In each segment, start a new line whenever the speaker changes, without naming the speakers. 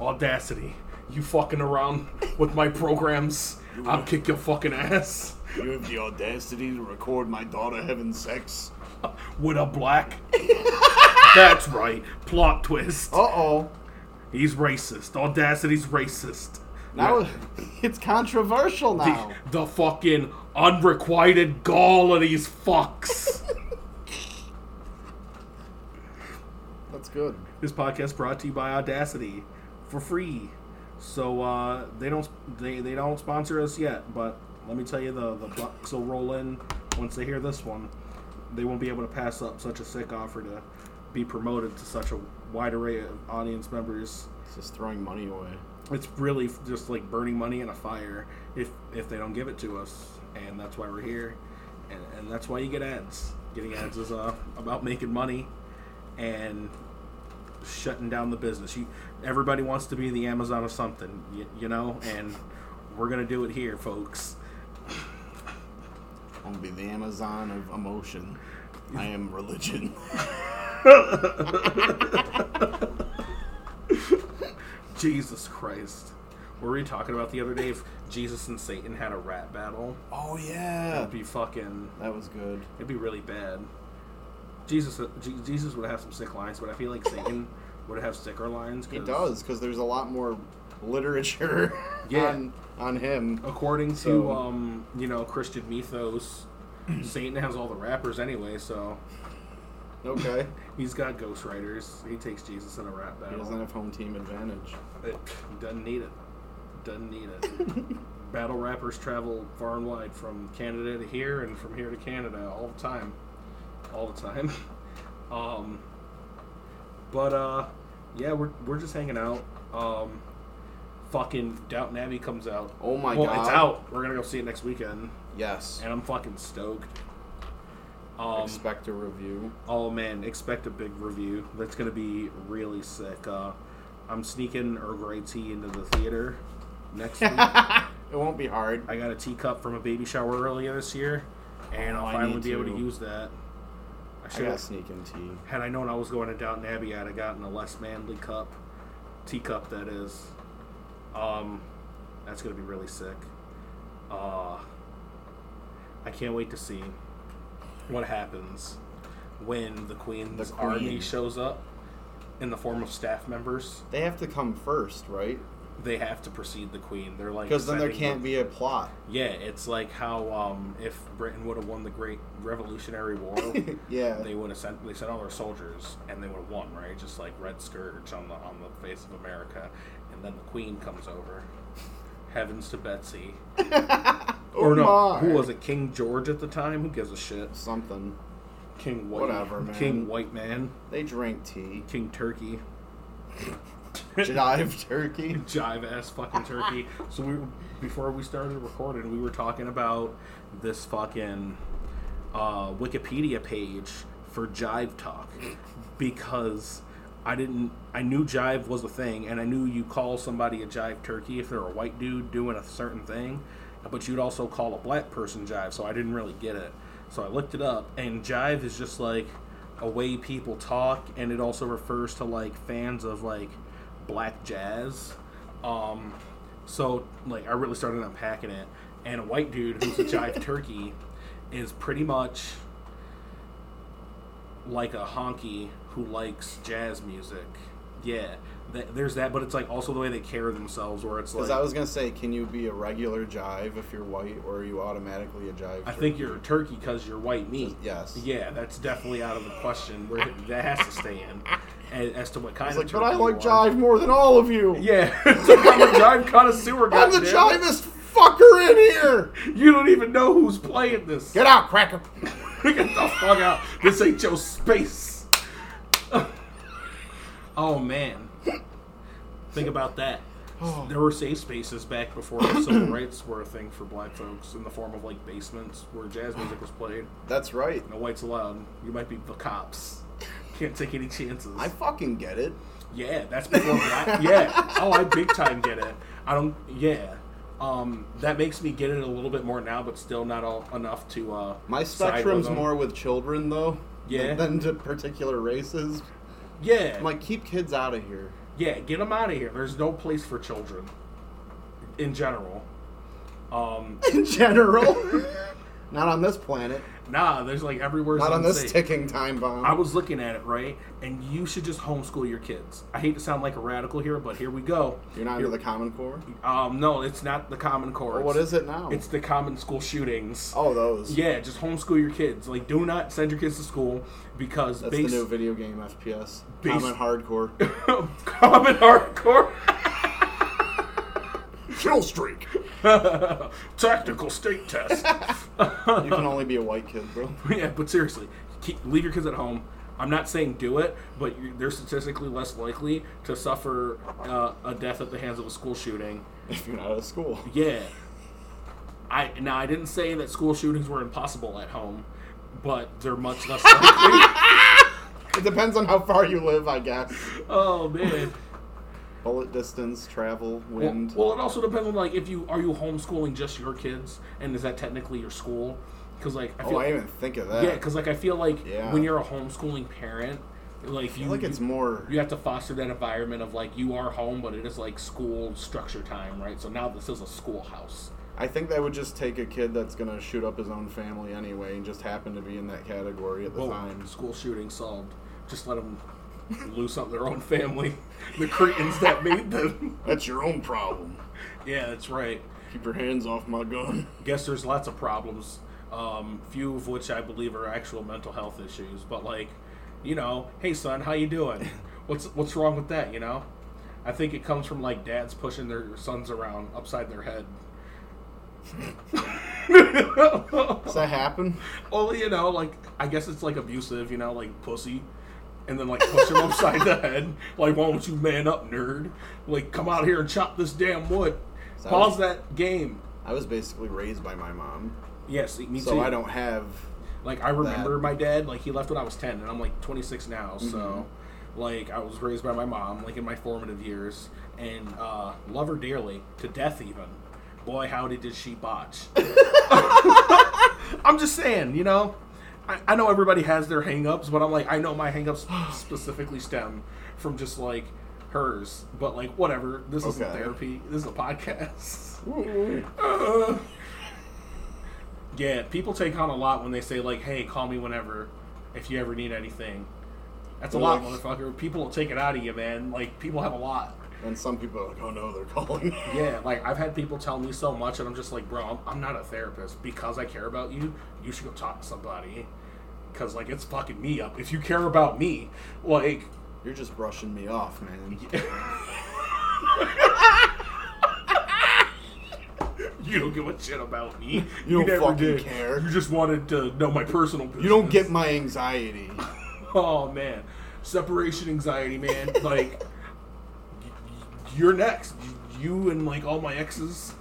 Audacity, you fucking around with my programs. I'll kick your fucking ass
You have the audacity to record my daughter having sex.
with a black. That's right. Plot twist.
Uh oh.
He's racist. Audacity's racist.
Now it's controversial now.
The, the fucking unrequited gall of these fucks.
That's good.
This podcast brought to you by Audacity for free. So uh, they don't they, they don't sponsor us yet, but let me tell you the the bucks will roll in once they hear this one. They won't be able to pass up such a sick offer to be promoted to such a wide array of audience members.
It's just throwing money away.
It's really just like burning money in a fire if if they don't give it to us, and that's why we're here, and, and that's why you get ads. Getting ads is uh, about making money, and shutting down the business. You, everybody wants to be the Amazon of something, you, you know, and we're gonna do it here, folks.
I'm gonna be the Amazon of emotion. I am religion.
Jesus Christ, what were we talking about the other day? If Jesus and Satan had a rap battle,
Oh yeah.
it'd be fucking,
That was good.
it'd be really bad. Jesus, uh, Je- Jesus would have some sick lines, but I feel like Satan would have sicker lines.
He
'cause
does because there's a lot more literature
Yeah.
on on him.
According to
So-
um, you know Christian mythos, Satan has all the rappers anyway, so
Okay.
He's got ghostwriters. He takes Jesus in a rap
He
battle.
doesn't have home team advantage.
It- doesn't need it. Doesn't need it. battle rappers travel far and wide from Canada to here and from here to Canada all the time. All the time. Um, but uh, yeah, we're, we're just hanging out. Um, fucking Downton Abbey comes out.
Oh my
well,
god.
it's out. We're gonna go see it next weekend,
Yes.
and I'm fucking stoked. Um,
Expect a review.
Oh man, expect a big review. That's gonna be really sick. Uh, I'm sneaking Earl Grey tea into the theater next week. I
It won't be hard.
got a teacup from a baby shower earlier this year, and
Oh,
I'll
I
finally
need
be able to
to.
use that. I
I
should
gotta
have.
sneak in tea.
Had I known I was going to Downton Abbey, I'd have gotten a less manly cup, teacup that is. Um, that's gonna be really sick. Uh, I can't wait to see what happens when the Queen's army
Queen.
shows up in the form of staff members.
They have to come first, right?
They have to precede the Queen. They're like
Because then there
setting the-
can't be a plot.
Yeah, it's like how um, if Britain would have won the Great Revolutionary War,
Yeah.
they would have sent they sent all their soldiers and they would have won, right? Just like Red Scourge on the on the face of America, and then the Queen comes over. Heavens to Betsy,
Oh
or no,
Umar.
who was it? King George at the time? Who gives a shit?
Something.
King White,
Whatever, man.
King White Man,
They drank tea.
King Turkey,
Jive turkey.
jive ass fucking turkey. so we before we started recording, we were talking about this fucking uh, Wikipedia page for Jive Talk because I didn't I knew Jive was a thing and I knew you call somebody a Jive Turkey if they're a white dude doing a certain thing, but you'd also call a black person Jive. So I didn't really get it. So I looked it up and Jive is just like a way people talk and it also refers to like fans of like black jazz. Um, so like I really started unpacking it, and a white dude who's a jive turkey is pretty much like a honky who likes jazz music. Yeah, th- there's that, but it's like also the way they carry themselves, where it's like
Because I was gonna say, can you be a regular jive if you're white, or are you automatically a jive?
I
turkey?
think you're a turkey because you're white meat.
Yes.
Yeah, that's definitely out of the question. Where that has to stay in as, as to what kind
It's
of
like,
turkey
but I
you
like
are.
jive more than all of you.
Yeah, so I'm a jive connoisseur.
I'm the
goddammit.
jivest fucker in here.
You don't even know who's playing this.
Get out, cracker.
Get the fuck out. This ain't your space. oh man. Think about that. There were safe spaces back before the civil rights were a thing for black folks in the form of like basements where jazz music was played.
That's right.
No whites allowed. You might be the cops. Can't take any chances.
I fucking get it.
Yeah, that's before black. yeah. Oh, I big time get it. I don't. Yeah. Um, that makes me get it a little bit more now, but still not all, enough to. Uh,
My
side with
spectrum's
them.
more with children though,
Yeah.
than to particular races.
Yeah.
I'm like, keep kids out of here.
Yeah, get them out of here. There's no place for children in general. Um,
In general, not on this planet.
nah, there's like everywhere.
Not on this
unsafe.
ticking time bomb.
I was looking at it, right? And you should just homeschool your kids. I hate to sound like a radical here, but here we go.
You're not into the Common Core.
Um, no, it's not the Common Core.
Well, what
It's-
is it now?
It's the common school shootings.
oh, those.
Yeah, just homeschool your kids. Like, do not send your kids to school because
That's
base
the new video game FPS.
Base-
Common hardcore.
common hardcore
Kill streak.
tactical state test.
You can only be a white kid though.
yeah, but seriously, keep, leave your kids at home. I'm not saying do it, but you they're statistically less likely to suffer uh, a death at the hands of a school shooting.
If you're not at school.
Yeah. I now I didn't say that school shootings were impossible at home, but they're much less likely.
It depends on how far you live, I guess.
oh man.
Bullet distance, travel,
Well,
wind.
well, it also depends on like if you are you homeschooling just your kids, and is that technically your school? Because like I feel,
oh, I didn't even think of that.
yeah, because like I feel like
Yeah.
when you're a homeschooling parent, like
I
you,
feel like it's
you,
more.
you have to foster that environment of like you are home, but it is like school structure time, right? So now this is a schoolhouse.
I think that would just take a kid that's gonna shoot up his own family anyway, and just happen to be in that category at the
Boom.
time.
School shooting solved. Just let them loose up their own family, the cretins that made them.
That's your own problem.
Yeah, that's right.
Keep your hands off my gun.
guess there's lots of problems, um, few of which I believe are actual mental health issues. But like, you know, hey son, how you doing? What's what's wrong with that? You know, I think it comes from like dads pushing their sons around upside their head.
Does that happen?
Well, you know, like I guess it's like abusive, you know, like pussy, and then like push him upside the head. Like, why don't you man up, nerd? Like, come out here and chop this damn wood.
So-
Pause that game.
I was basically raised by my mom,
Yes, me
so
too.
I don't have.
Like I remember
that.
my dad, like he left when I was ten, and I'm like 26 now. So,
Mm-hmm.
like I was raised by my mom, like in my formative years, and uh, love her dearly to death. Even, boy, howdy did she botch. I'm just saying, you know, I, I know everybody has their hangups, but I'm like, I know my hangups specifically stem from just like hers. But like, whatever. This isn't
Okay.
therapy. This is a podcast.
Well,
Yeah, people take on a lot when they say like, "Hey, call me whenever if you ever need anything." That's a lot,
Like-
motherfucker. People will take it out of you, man. Like people have a lot.
And some people are like, oh no, they're calling.
Yeah, like I've had people tell me so much, and I'm just like, bro, I'm, I'm not a therapist because I care about you. You should go talk to somebody, because like it's fucking me up. If you care about me, like,
You're just brushing me off, man.
you don't give a shit about me.
You don't
never
fucking care.
You just wanted to know my personal. Business.
You don't get my anxiety.
Oh man, separation anxiety, man. like, y- y- you're next. Y- You and like all my exes.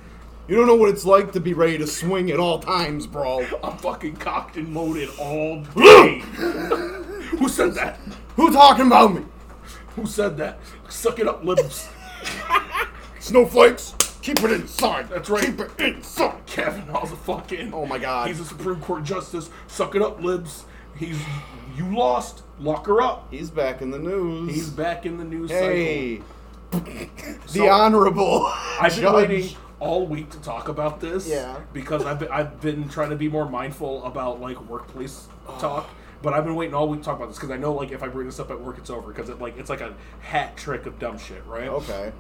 You don't know what it's like to be ready to swing at all times, bro.
I'm fucking cocked and loaded all day. Who said that?
Who talking about me?
Who said that? Suck it up, libs.
Snowflakes, keep it inside.
That's right.
Keep it inside.
Kavanaugh's a fucking.
Oh my God.
He's a Supreme Court justice. Suck it up, libs. He's you lost. Lock her up.
He's back in the news.
He's back in the news cycle.
Hey,
So-
the honorable.
I've been
judge.
waiting all week to talk about this.
Yeah.
Because I've been, I've been trying to be more mindful about like workplace talk, but I've been waiting all week to talk about this because I know like if I bring this up at work, it's over because it like it's like a hat trick of dumb shit, right?
Okay.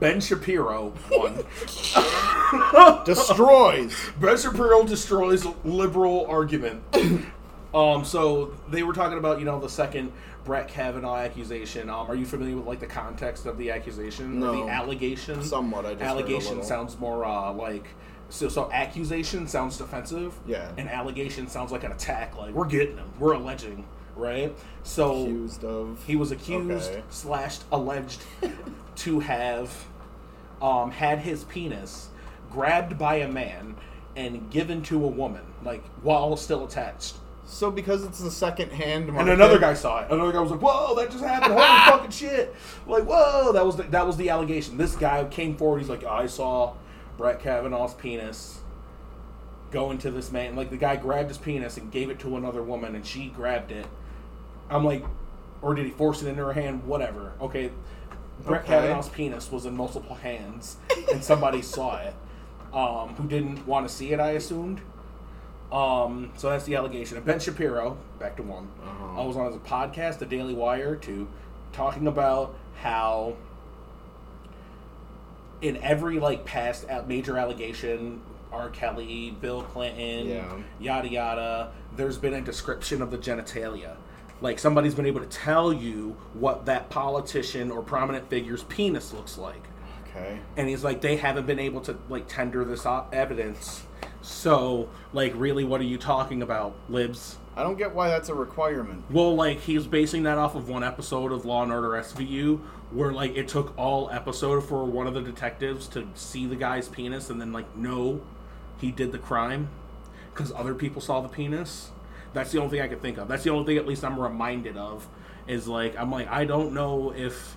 Ben Shapiro won.
Destroys.
Ben Shapiro destroys liberal argument. um, so they were talking about you know the second Brett Kavanaugh accusation. Um, are you familiar with like the context of the accusation or
No.
the allegation?
Somewhat, I just heard a
allegation
little.
sounds more uh, like so. So accusation sounds defensive.
Yeah.
And allegation sounds like an attack. Like we're getting him. We're alleging. Right. So
accused of.
he was accused
Okay.
slashed alleged to have um, had his penis grabbed by a man and given to a woman, like while still attached.
So because it's the second hand.
And another guy saw it. Another guy was like, "Whoa, that just happened! Holy fucking shit!" Like, "Whoa, that was the, that was the allegation." This guy came forward. He's like, "I saw Brett Kavanaugh's penis go into this man." Like, the guy grabbed his penis and gave it to another woman, and she grabbed it. I'm like, or did he force it into her hand? Whatever. Okay, Brett
Okay.
Kavanaugh's penis was in multiple hands, and somebody saw it. Um, who didn't want to see it, I assumed. Um, so that's the allegation. And Ben Shapiro, back to one.
Uh-huh.
I was on his podcast, The Daily Wire, to talking about how in every like past a- major allegation, R. Kelly, Bill Clinton,
Yeah.
yada yada, there's been a description of the genitalia. Like somebody's been able to tell you what that politician or prominent figure's penis looks like.
Okay.
And he's like, they haven't been able to like tender this o- evidence. So, like, really, what are you talking about, libs?
I don't get why that's a requirement.
Well, like he was basing that off of one episode of Law and Order SVU, where like it took all episode for one of the detectives to see the guy's penis and then like no, he did the crime because other people saw the penis. That's the only thing I could think of. That's the only thing at least I'm reminded of is like I'm like I don't know if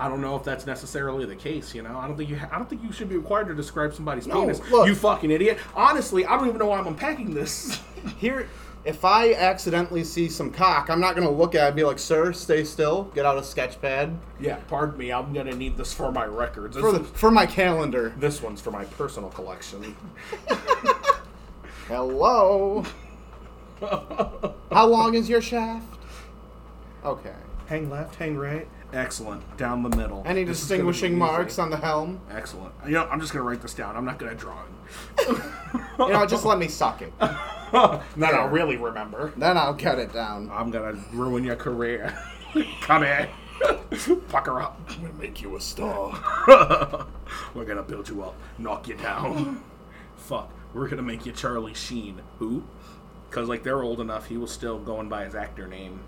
I don't know if that's necessarily the case. You know, I don't think you ha- I don't think you should be required to describe somebody's
No,
penis.
look.
You fucking idiot. Honestly, I don't even know why I'm unpacking this.
Here, if I accidentally see some cock, I'm not gonna look at it and be like, "Sir, stay still. Get out a sketch pad
Yeah, pardon me. I'm gonna need this for my records. This,
for the for my calendar."
this one's for my personal collection.
Hello. How long is your shaft? Okay.
hang left, hang right. Excellent. Down the middle.
Any
This is gonna be
distinguishing
easy.
marks on the helm?
Excellent. You know, I'm just gonna write this down. I'm not gonna draw it.
You know, just let me suck it.
Then I'll really remember.
Then I'll cut it down.
I'm gonna ruin your career. Come here. Fuck her up.
I'm gonna make you a star.
We're gonna build you up, knock you down. Fuck. We're gonna make you Charlie Sheen. Who? Because like they're old enough, he was still going by his actor name.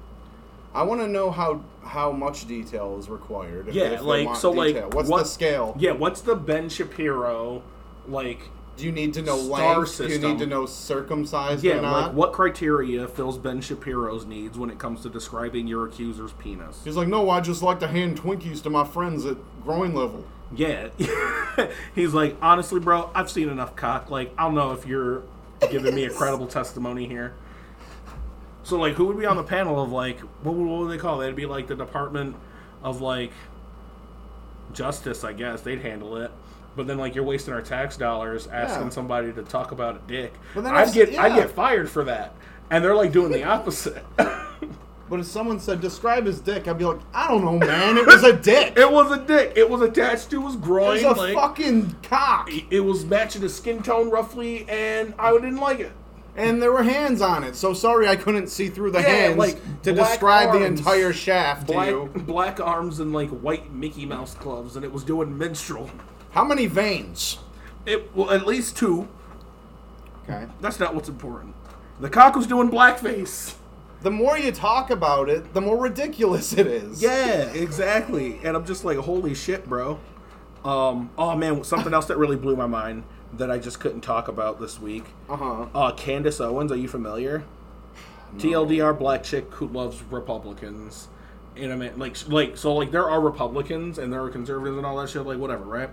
I want to know how how much detail is required. if-
Yeah,
if they
like
want
so,
detail.
like
what's
what-
the scale?
Yeah, what's the Ben Shapiro, like?
Do you need to know
Star
length? Do you
system.
need to know circumcised
Yeah,
or not?
like what criteria fills Ben Shapiro's needs when it comes to describing your accuser's penis?
He's like, no, I just like to hand Twinkies to my friends at groin level.
Yeah, he's like, honestly, bro, I've seen enough cock. Like, I'll know if you're giving me a credible testimony here. So, like, who would be on the panel of like what would, what would they call? That'd be like the Department of like Justice, I guess. They'd handle it. But then, like, you're wasting our tax dollars asking
Yeah.
somebody to talk about a dick.
But then
I'd
it's-
get I'd
yeah.
get fired for that. And they're like doing the opposite.
But if someone said describe his dick, I'd be like, I don't know, man. It was a dick. it
it was a dick. It was attached to his groin.
was a
like,
fucking cock,
it was matching his skin tone roughly, and I didn't like it.
and there were hands on it. So sorry, I couldn't see through the
Yeah,
hands
like,
to
black
describe the
arms.
entire shaft
Black,
to you.
black arms and like white Mickey Mouse gloves, and it was doing minstrel.
How many veins?
It well, at least two.
Okay.
That's not what's important. The cock was doing blackface.
The more you talk about it, the more ridiculous it is.
Yeah, exactly. And I'm just like, holy shit, bro. Um, oh man, something else that really blew my mind that I just couldn't talk about this week.
Uh huh.
Uh, Candace Owens, are you familiar? TLDR black chick who loves Republicans. And I mean, like, like, so, like, there are Republicans and there are conservatives and all that shit, like, whatever, right?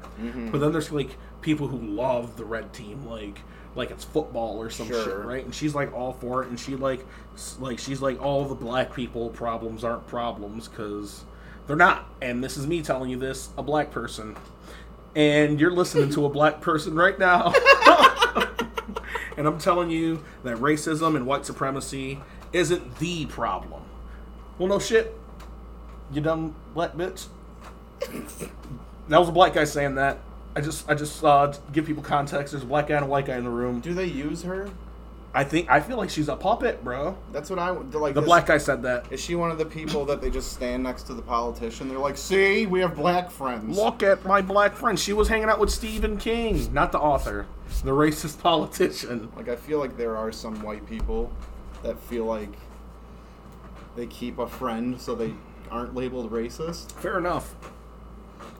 But then there's like people who love the red team, like, like it's football or some shit,
Sure.
right? And she's like all for it, and she like, s- like, she's like, all the black people problems aren't problems because they're not. And this is me telling you this, a black person, and you're listening to a black person right now. And I'm telling you that racism and white supremacy isn't the problem. Well, no shit. You dumb black bitch. that was a black guy saying that. I just, I just uh, to give people context. There's a black guy and a white guy in the room.
Do they use her?
I think, I feel like she's a puppet, bro.
That's what I like.
The
is-
black guy said that.
Is she one of the people that they just stand next to the politician? They're like, see, we have black friends.
Look at my black friend. She was hanging out with Stephen King, not the author, the racist politician.
Like I feel like there are some white people that feel like they keep a friend so they aren't labeled racist.
Fair enough.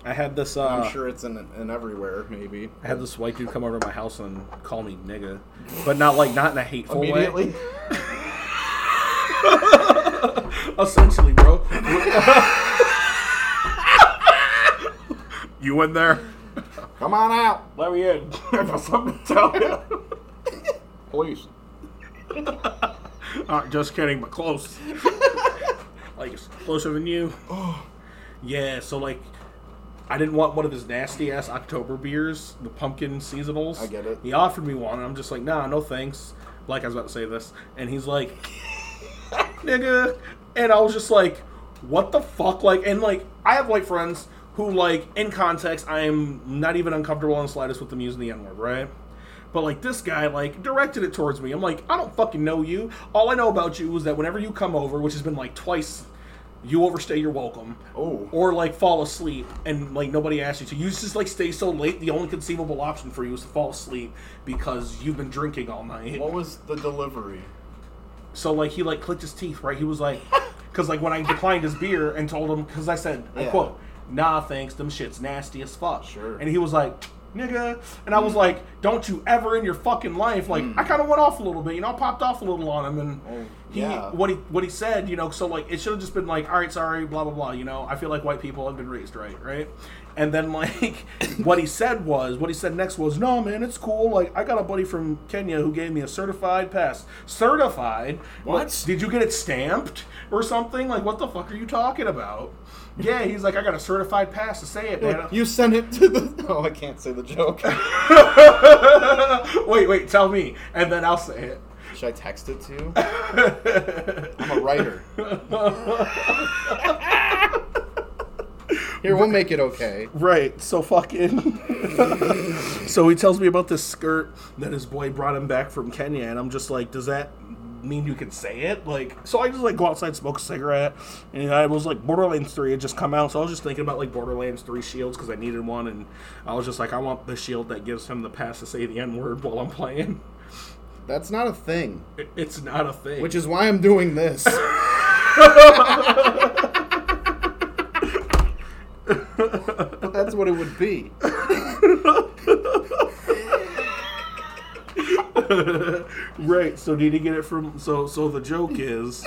I had this. Uh,
I'm sure it's in, in everywhere, maybe.
I had this white dude come over to my house and call me nigga, but not like not in a hateful
Immediately.
way. Essentially, bro. you in there?
Come on out.
Let me in. I got something to tell you.
Please.
Uh,
Oh.
Not just kidding, but close. like it's closer than you. Yeah, so like, I didn't want one of his nasty ass October beers, the pumpkin seasonals.
I get it.
He offered me one, and I'm just like, nah, no thanks. Like I was about to say this, and he's like, nigga, and I was just like, what the fuck? Like, and like, I have white friends who like, in context, I am not even uncomfortable on the slightest with them using the N word, right? But like this guy like directed it towards me. I'm like, I don't fucking know you. All I know about you is that whenever you come over, which has been like twice, you overstay your welcome
Oh.
or like fall asleep and like nobody asks you to. You just like stay so late. The only conceivable option for you is to fall asleep because you've been drinking all night.
What was the delivery?
So like he like clicked his teeth, right? He was like, because like when I declined his beer and told him, because I said, I
Yeah.
quote, "Nah, thanks. Them shit's nasty as fuck."
Sure. Mm.
And he was like, "Nigga," and I was like, "Don't you ever in your fucking life?" Like I kind of went off a little bit, you know, I popped off a little on him, and
Oh,
he
yeah.
what he what he said, you know. So like it should have just been like, "All right, sorry, blah blah blah." You know, I feel like white people have been raised right, right. And then like what he said was what he said next was no man it's cool like I got a buddy from Kenya who gave me a certified pass certified
What?
like, did you get it stamped or something? Like, what the fuck are you talking about? Yeah, he's like, I got a certified pass to say it, man.
You sent it to the. Oh, I can't say the joke. Should
wait, wait, tell me, and then I'll say it.
I text it to you? I'm a writer. Here, we'll make it okay.
Right, so fucking. so he tells me about this skirt that his boy brought him back from Kenya, and I'm just like, does that mean you can say it? Like, so I just like go outside, smoke a cigarette, and I was like, Borderlands 3 had just come out, so I was just thinking about like Borderlands 3 shields because I needed one, and I was just like, I want the shield that gives him the pass to say the N word while I'm playing.
That's not a thing,
It- It's not a thing.
which is why I'm doing this. That's what it would be.
right. So did he get it from? So so the joke is,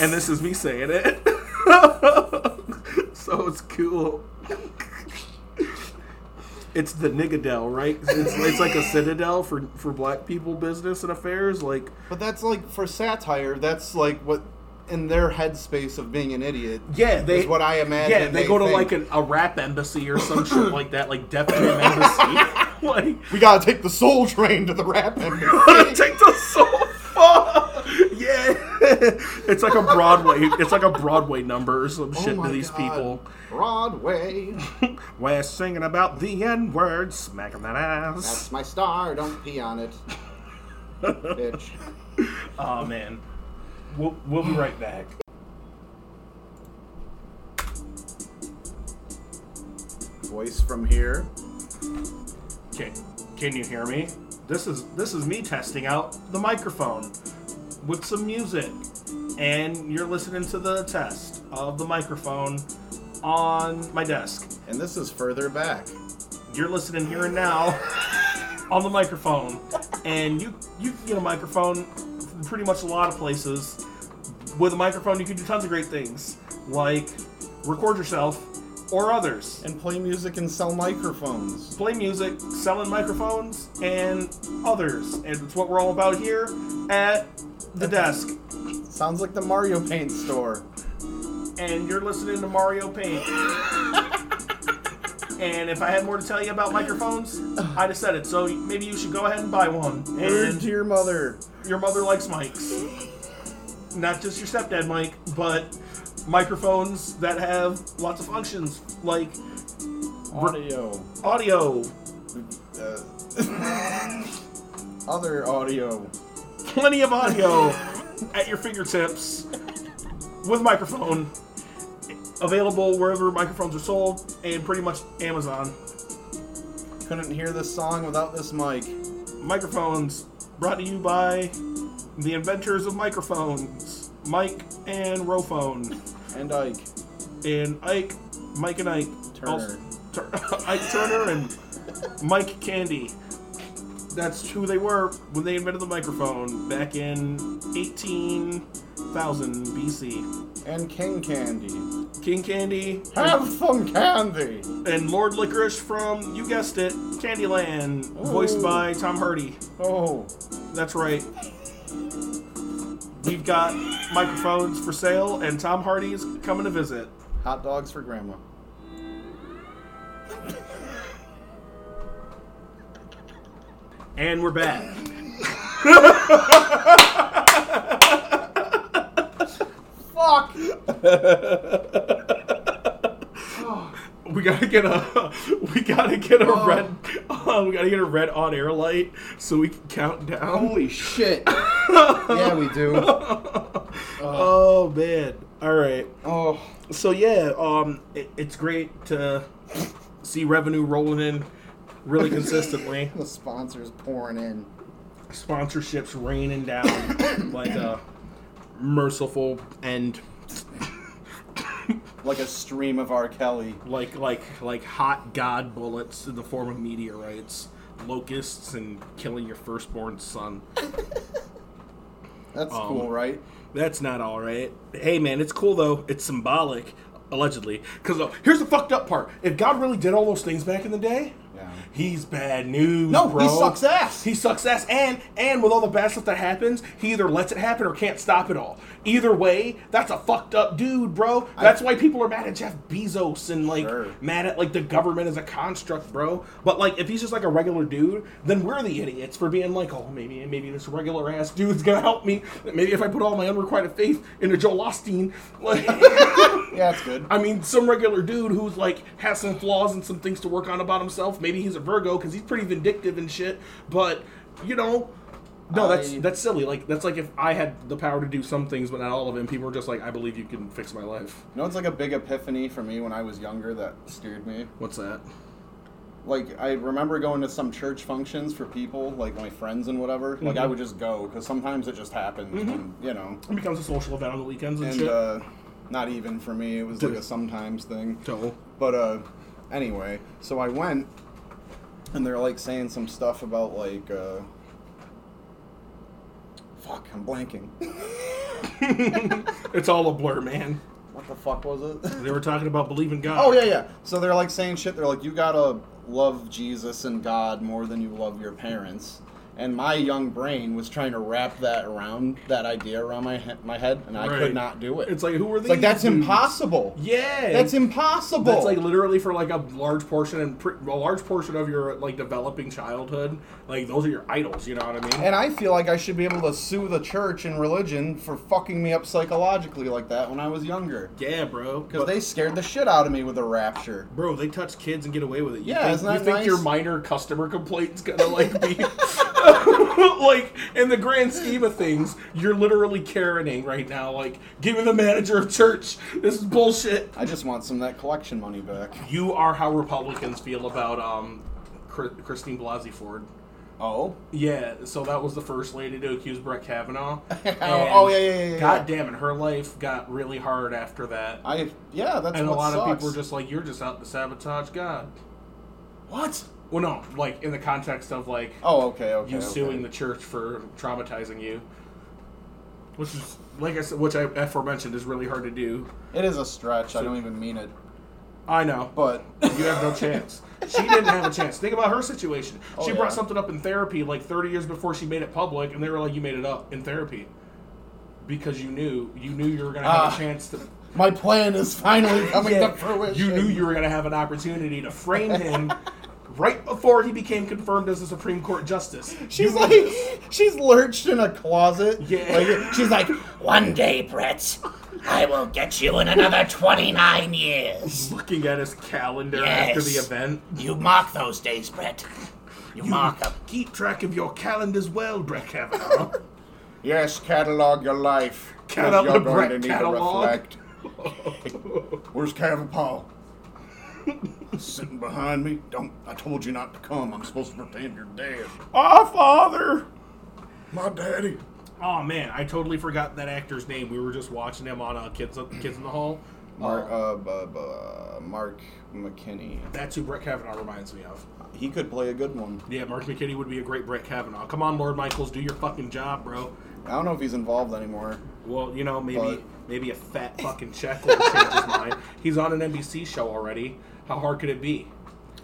and this is me saying it. so it's cool. It's the nigadel, right? It's, it's like a citadel for for black people business and affairs. Like,
But that's like for satire. That's like what in their headspace of being an idiot.
yeah, they
is what I imagine.
Yeah, they, go to
think.
like an, a rap embassy or some shit like that, like death jam embassy. like,
We gotta take the soul train to the rap embassy.
take the soul far. Yeah, it's like a Broadway. It's like a Broadway number or some
Oh
shit
my
to these
God.
people.
Broadway.
We're singing about the N word, smacking that ass.
That's my star. Don't pee on it, bitch.
oh man, we'll we'll be right back.
Voice from here.
Can can you hear me? This is this is me testing out the microphone with some music, and you're listening to the test of the microphone on my desk.
And this is further back.
you're listening here and now on the microphone, and you you can get a microphone from pretty much a lot of places. With a microphone, you can do tons of great things, like record yourself or others,
And play music and sell microphones.
play music, selling microphones, and others. And it's what we're all about here at the desk.
Sounds like the Mario Paint store.
And you're listening to Mario Paint. And if I had more to tell you about microphones, I'd have said it. So maybe you should go ahead and buy one.
Word
And-
to your mother.
Your mother likes mics. Not just your stepdad mic, but microphones that have lots of functions like
Audio.
audio.
Uh, other audio.
Plenty of audio at your fingertips with microphone. Available wherever microphones are sold and pretty much Amazon.
Couldn't hear this song without this mic.
Microphones brought to you by the inventors of microphones, Mike and Rophone.
And Ike.
and Ike, Mike and Ike,
Turner.
also- Tur- Ike Turner and Mike Candy. That's who they were when they invented the microphone back in 18,000 BC.
And King Candy.
King Candy
Have some candy!
and Lord Licorice from, you guessed it, Candyland,
Ooh.
voiced by Tom Hardy.
Oh.
That's right. We've got microphones for sale, and Tom Hardy's coming to visit.
Hot dogs for grandma.
And we're back.
Fuck!
We gotta get a we gotta get a
Oh.
red uh, we gotta get a red on air light so we can count down.
Holy shit! yeah, we do.
oh man! All right.
Oh,
So yeah, um, it, it's great to see revenue rolling in really consistently.
the sponsors pouring in.
Sponsorships raining down like a merciful end,
Like a stream of R. Kelly.
like like like hot god bullets in the form of meteorites, locusts, and killing your firstborn son.
That's cool, right?
That's not all right. Hey, man, it's cool though. It's symbolic, allegedly. Because here's the fucked up part: if God really did all those things back in the day,
Yeah.
he's bad news.
No,
bro.
he sucks ass.
He sucks ass, and and with all the bad stuff that happens, he either lets it happen or can't stop it all. Either way, that's a fucked up dude, bro. That's why people are mad at Jeff Bezos and like
Sure.
mad at like the government as a construct, bro. But like, if he's just like a regular dude, then we're the idiots for being like, oh, maybe maybe this regular ass dude's gonna help me. Maybe if I put all my unrequited faith into Joel Osteen, like.
Yeah, that's good.
I mean, some regular dude who's like has some flaws and some things to work on about himself. Maybe he's a Virgo because he's pretty vindictive and shit. But you know, no, that's
I-
that's silly. Like that's like if I had the power to do some things but not all of them, people are just like, I believe you can fix my life.
You know, it's like a big epiphany for me when I was younger that steered me.
What's that?
Like, I remember going to some church functions for people, like my friends and whatever. Like, I would just go because sometimes it just happens, when, you know.
It becomes a social event on the weekends and,
And
shit.
uh, not even for me, it was like a sometimes thing.
so
But uh, anyway, so I went, and they're like saying some stuff about like, uh, fuck, I'm blanking.
it's all a blur, man.
what the fuck was it?
They were talking about believing God.
Oh yeah, yeah. So they're like saying shit. They're like, you gotta love Jesus and God more than you love your parents. And my young brain was trying to wrap that around that idea around my he- my head, and I
Right.
could not do it.
It's like who are
It's
these?
like, that's
dudes?
impossible.
Yeah,
That's impossible.
That's like literally for like a large portion and pr- a large portion of your like developing childhood. Like those are your idols. You know what I mean?
and I feel like I should be able to sue the church and religion for fucking me up psychologically like that when I was younger.
yeah, bro.
Because they scared the shit out of me with the rapture.
bro, they touch kids and get away with it. You
Yeah,
think,
isn't that
you think
nice?
your minor customer complaint's gonna like be like in the grand scheme of things? You're literally Karening right now. Like, give me the manager of church. This is bullshit.
I just want some of that collection money back.
You are how Republicans feel about um, Chri- Christine Blasey Ford.
Oh?
Yeah, so that was the first lady to accuse Brett Kavanaugh. And
Oh, yeah, yeah, yeah, yeah.
God damn it, her life got really hard after that.
I yeah, that's
and a
what
lot of
sucks.
people were just like, "You're just out to sabotage God."
what?
Well, no, like in the context of like
Oh, okay, okay.
you
okay.
suing the church for traumatizing you, which is like I said, which I aforementioned is really hard to do.
It is a stretch. I don't even mean it,
I know,
but
You have no chance. She didn't have a chance. Think about her situation.
Oh,
she
yeah.
brought something up in therapy like 30 years before she made it public, and they were like, "You made it up in therapy because you knew you knew you were gonna have
Ah.
a chance to."
my plan is finally coming
Yeah,
to fruition.
you knew you were gonna have an opportunity to frame him right before he became confirmed as a Supreme Court justice.
She's like, she's lurched in a closet.
Yeah.
Like, she's like,
One day, Brett, I will get you in another 29 years.
looking at his calendar after the
Yes.
event.
You mark those days, Brett. You, mark 'em.
Keep track of your calendars well, Brett Kavanaugh.
yes, catalog your life. 'cause
Catalog
you're going
Brett
to need
catalog.
to reflect. Where's Cavapal? Sitting behind me. Don't. I told you not to come. I'm supposed to pretend you're dead.
Our father.
My daddy.
Oh man, I totally forgot that actor's name. We were just watching him on uh, Kids Kids in the Hall.
Mark, uh, bu- bu- Mark McKinney.
That's who Brett Kavanaugh reminds me of.
He could play a good one.
Yeah, Mark McKinney would be a great Brett Kavanaugh. Come on, Lord Michaels, do your fucking job, bro.
I don't know if he's involved anymore.
Well, you know, maybe
But-
maybe a fat fucking check will change his mind. He's on an NBC show already. How hard could it be?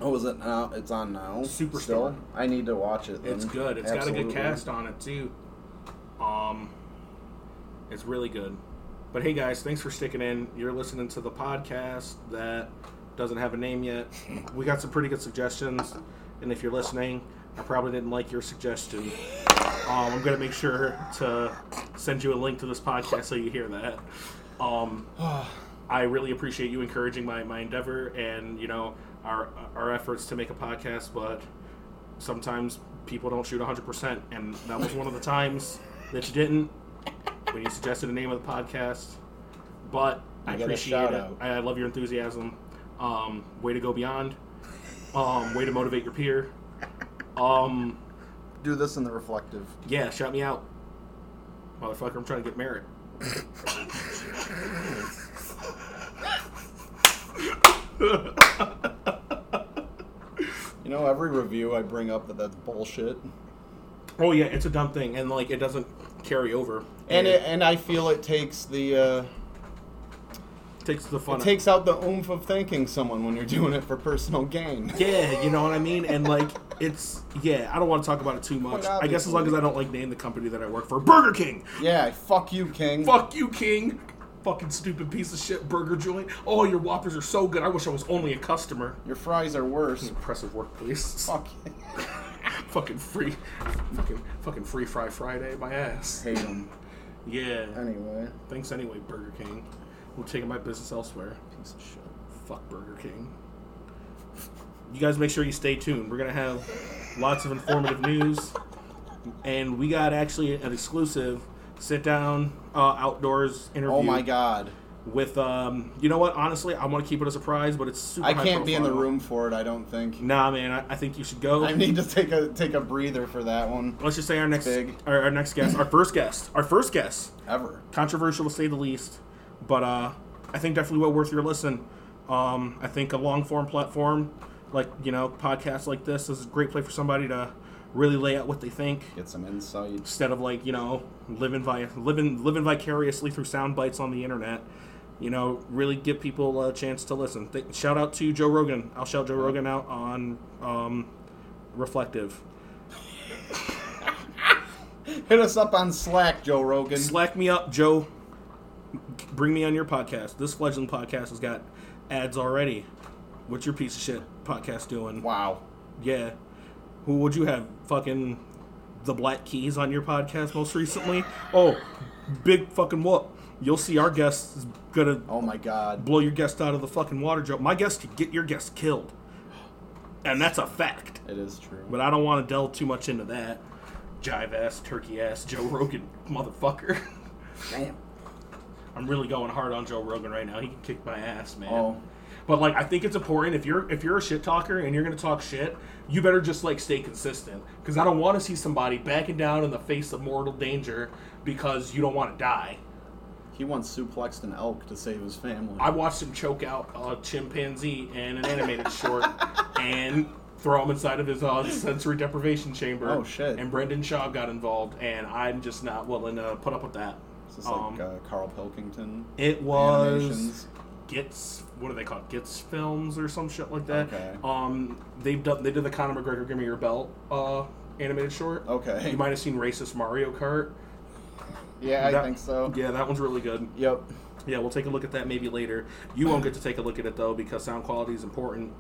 Oh, is it now? It's on now.
Superstore.
Still? I need to watch it. Then.
It's good. It's got a good
Absolutely.
cast on it too. Um, it's really good. But hey, guys, thanks for sticking in. You're listening to the podcast that doesn't have a name yet. We got some pretty good suggestions, and if you're listening, I probably didn't like your suggestion. Um, I'm gonna make sure to send you a link to this podcast so you hear that. Um, I really appreciate you encouraging my, my endeavor and you know our our efforts to make a podcast, but sometimes people don't shoot 100%, and that was one of the times that you didn't when you suggested the name of the podcast. But I
You got a
appreciate
shout
it.
out.
I, I love your enthusiasm. Um, way to go beyond. Um, way to motivate your peer. Um,
Do this in the reflective.
yeah, shout me out, motherfucker. I'm trying to get merit.
You know, every review I bring up that that's bullshit.
Oh yeah, it's a dumb thing, and like it doesn't carry over.
And it, and I feel it takes the uh,
takes the fun.
it takes out the oomph of thanking someone when you're doing it for personal gain.
Yeah, you know what I mean? And like it's yeah, I don't want to talk about it too much. I guess as long as I don't like name the company that I work for. Burger King!
Yeah, fuck you, King.
Fuck you, King! Fucking stupid piece of shit burger joint. Oh your whoppers are so good. I wish I was only a customer.
Your fries are worse.
Impressive workplace.
fuck you.
Fucking free fucking fucking free fry Friday, my ass.
Hate 'em.
Yeah.
Anyway,
Thanks anyway, Burger King. We're taking my business elsewhere.
piece of shit.
Fuck Burger King. You guys make sure you stay tuned. We're going to have lots of informative news. And we got actually an exclusive sit down uh, outdoors interview
Oh my god.
with, um, you know what? Honestly, I want to keep it a surprise, but it's super.
I
high
can't be in the
profile.
room for it, I don't think.
Nah, man, I, I think you should go.
I need to take a take a breather for that one.
Let's just say our next,
Big.
our, our next guest, our first guest, our first guest,
Ever.
controversial to say the least, but uh, I think definitely well worth your listen. Um, I think a long form platform like you know podcasts like this is a great play for somebody to really lay out what they think
Get some insight.
instead of like you know living vi- living living vicariously through sound bites on the internet. You know, really give people a chance to listen. Th- shout out to Joe Rogan. I'll shout Joe Rogan out on um, Reflective.
Hit us up on Slack, Joe Rogan.
Slack me up, Joe. Bring me on your podcast. This fledgling podcast has got ads already. What's your piece of shit podcast doing?
Wow.
Yeah. Who would you have? Fucking the Black Keys on your podcast most recently? Oh, big fucking whoop. You'll see our guest is gonna
Oh my god.
blow your guest out of the fucking water, Joe. My guest could get your guest killed. And that's a fact.
It is true.
But I don't want to delve too much into that. Jive ass, turkey ass, Joe Rogan motherfucker.
Damn.
I'm really going hard on Joe Rogan right now. He can kick my ass, man.
Oh.
But like I think it's important if you're if you're a shit talker and you're gonna talk shit, you better just like stay consistent. Cause I don't wanna see somebody backing down in the face of mortal danger because you don't wanna die.
He once suplexed an elk to save his family.
I watched him choke out a chimpanzee in an animated short and throw him inside of his uh, sensory deprivation chamber.
Oh, shit.
And Brendan Shaw got involved and I'm just not willing to put up with that.
Is this
Um,
like uh, Carl Pilkington?
It was
Animations.
Gets what are they called? Gets Films or some shit like that.
Okay.
Um, they've done they did the Conor McGregor Give Me Your Belt uh animated short.
Okay.
You might have seen Racist Mario Kart.
Yeah, I
That-
think so.
Yeah, that one's really good.
Yep.
Yeah, we'll take a look at that maybe later. You won't get to take a look at it though because sound quality is important,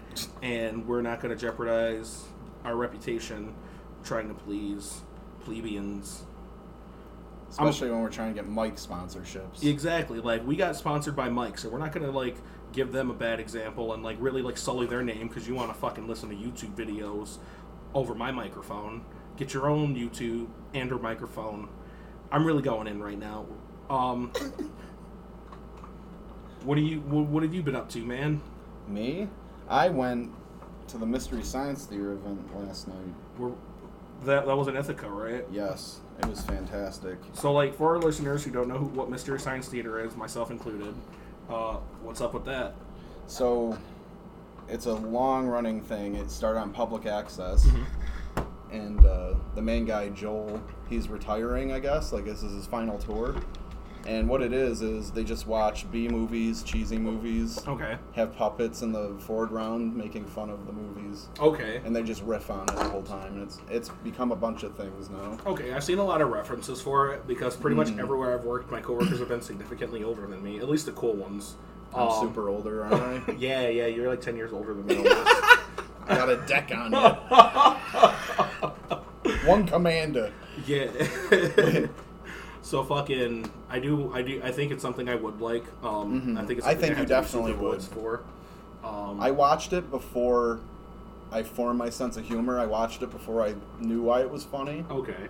and we're not going to jeopardize our reputation trying to please plebeians.
Especially when we're trying to get mic sponsorships.
Exactly. Like we got sponsored by Mike, so we're not gonna like give them a bad example and like really like sully their name because you want to fucking listen to YouTube videos over my microphone. Get your own YouTube and or microphone. I'm really going in right now. Um, what do you what, what have you been up to, man?
Me? I went to the Mystery Science Theater event last night.
We're, that that was in Ithaca, right?
Yes, it was fantastic.
So, like, for our listeners who don't know who, what Mystery Science Theater is, myself included, uh, what's up with that?
So, it's a long running thing. It started on public access. And uh, the main guy, Joel, he's retiring, I guess. Like, this is his final tour. And what it is, is they just watch B movies, cheesy movies,
Okay.
have puppets in the forward round making fun of the movies.
Okay.
And they just riff on it the whole time. And it's, it's become a bunch of things now.
Okay, I've seen a lot of
Hmm.
references for it because pretty much everywhere I've worked, my coworkers have been significantly older than me. At least the cool ones.
I'm
Um,
super older, aren't I?
Yeah, yeah, you're like 10 years older than me. almost.
I got a deck on you. One commander.
yeah. so fucking, I do, I do, I think it's something I would like. Um, I think it's
Mm-hmm. I
something
think you
have to be
definitely
super
would.
woods for. Um,
I watched it before I formed my sense of humor. I watched it before I knew why it was funny,
okay.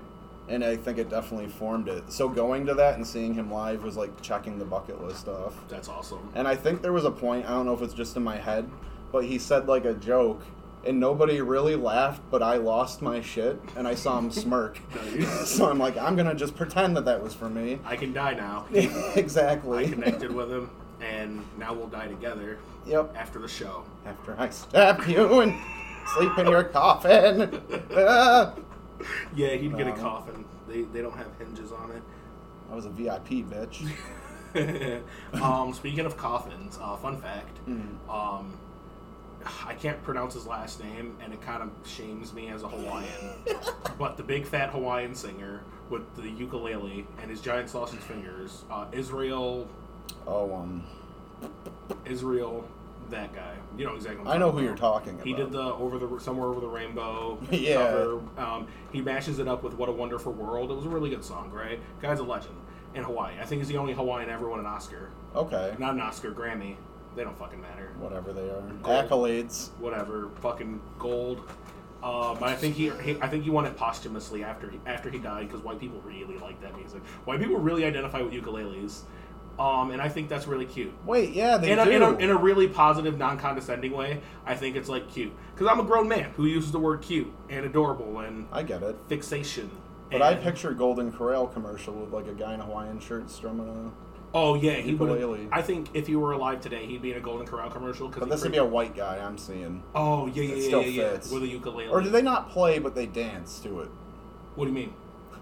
and I think it definitely formed it. So going to that and seeing him live was like checking the bucket list off.
That's awesome.
And I think there was a point, I don't know if it's just in my head, but he said like a joke and nobody really laughed, but I lost my shit and I saw him smirk.
Nice.
so I'm like, I'm going to just pretend that that was for me.
I can die now. I
exactly.
connected with him, and now we'll die together
Yep.
after the show.
After I stab you and sleep in your coffin. Ah.
Yeah, he'd get a
Um,
coffin. They, they don't have hinges on it.
I was a VIP, bitch.
um, speaking of coffins, uh, fun fact.
Mm.
Um, I can't pronounce his last name, and it kind of shames me as a Hawaiian. but the big fat Hawaiian singer with the ukulele and his giant sausage fingers, uh, Israel,
Oh, um,
Israel, that guy. You know exactly. What I'm
I know
talking
who you're
about.
talking about.
He did the over the somewhere over the rainbow
Yeah.
cover. Um, he mashes it up with "What a Wonderful World." It was a really good song, right? Guy's a legend in Hawaii. I think he's the only Hawaiian ever won an Oscar.
Okay.
Not an Oscar, Grammy. They don't fucking matter.
Whatever they are.
Gold.
Accolades.
Whatever, fucking gold. Um, I think he, he, I think he won it posthumously after he, after he died because white people really like that music. White people really identify with ukuleles, um, and I think that's really cute.
Wait, yeah, they
in a,
do.
in, a, in a really positive, non-condescending way, I think it's like cute because I'm a grown man who uses the word cute and adorable and
I get it.
fixation.
But I
and-
picture Golden Corral commercial with like a guy in a Hawaiian shirt strumming a.
Oh yeah, he
Ukulele.
would. I think if he were alive today, he'd be in a Golden Corral commercial. Cause
But
he
this would be
pretty-
a white guy I'm seeing.
Oh yeah, yeah,
It
yeah,
still
yeah, yeah,
fits.
with a ukulele.
Or do they not play but they dance to it?
What do you mean?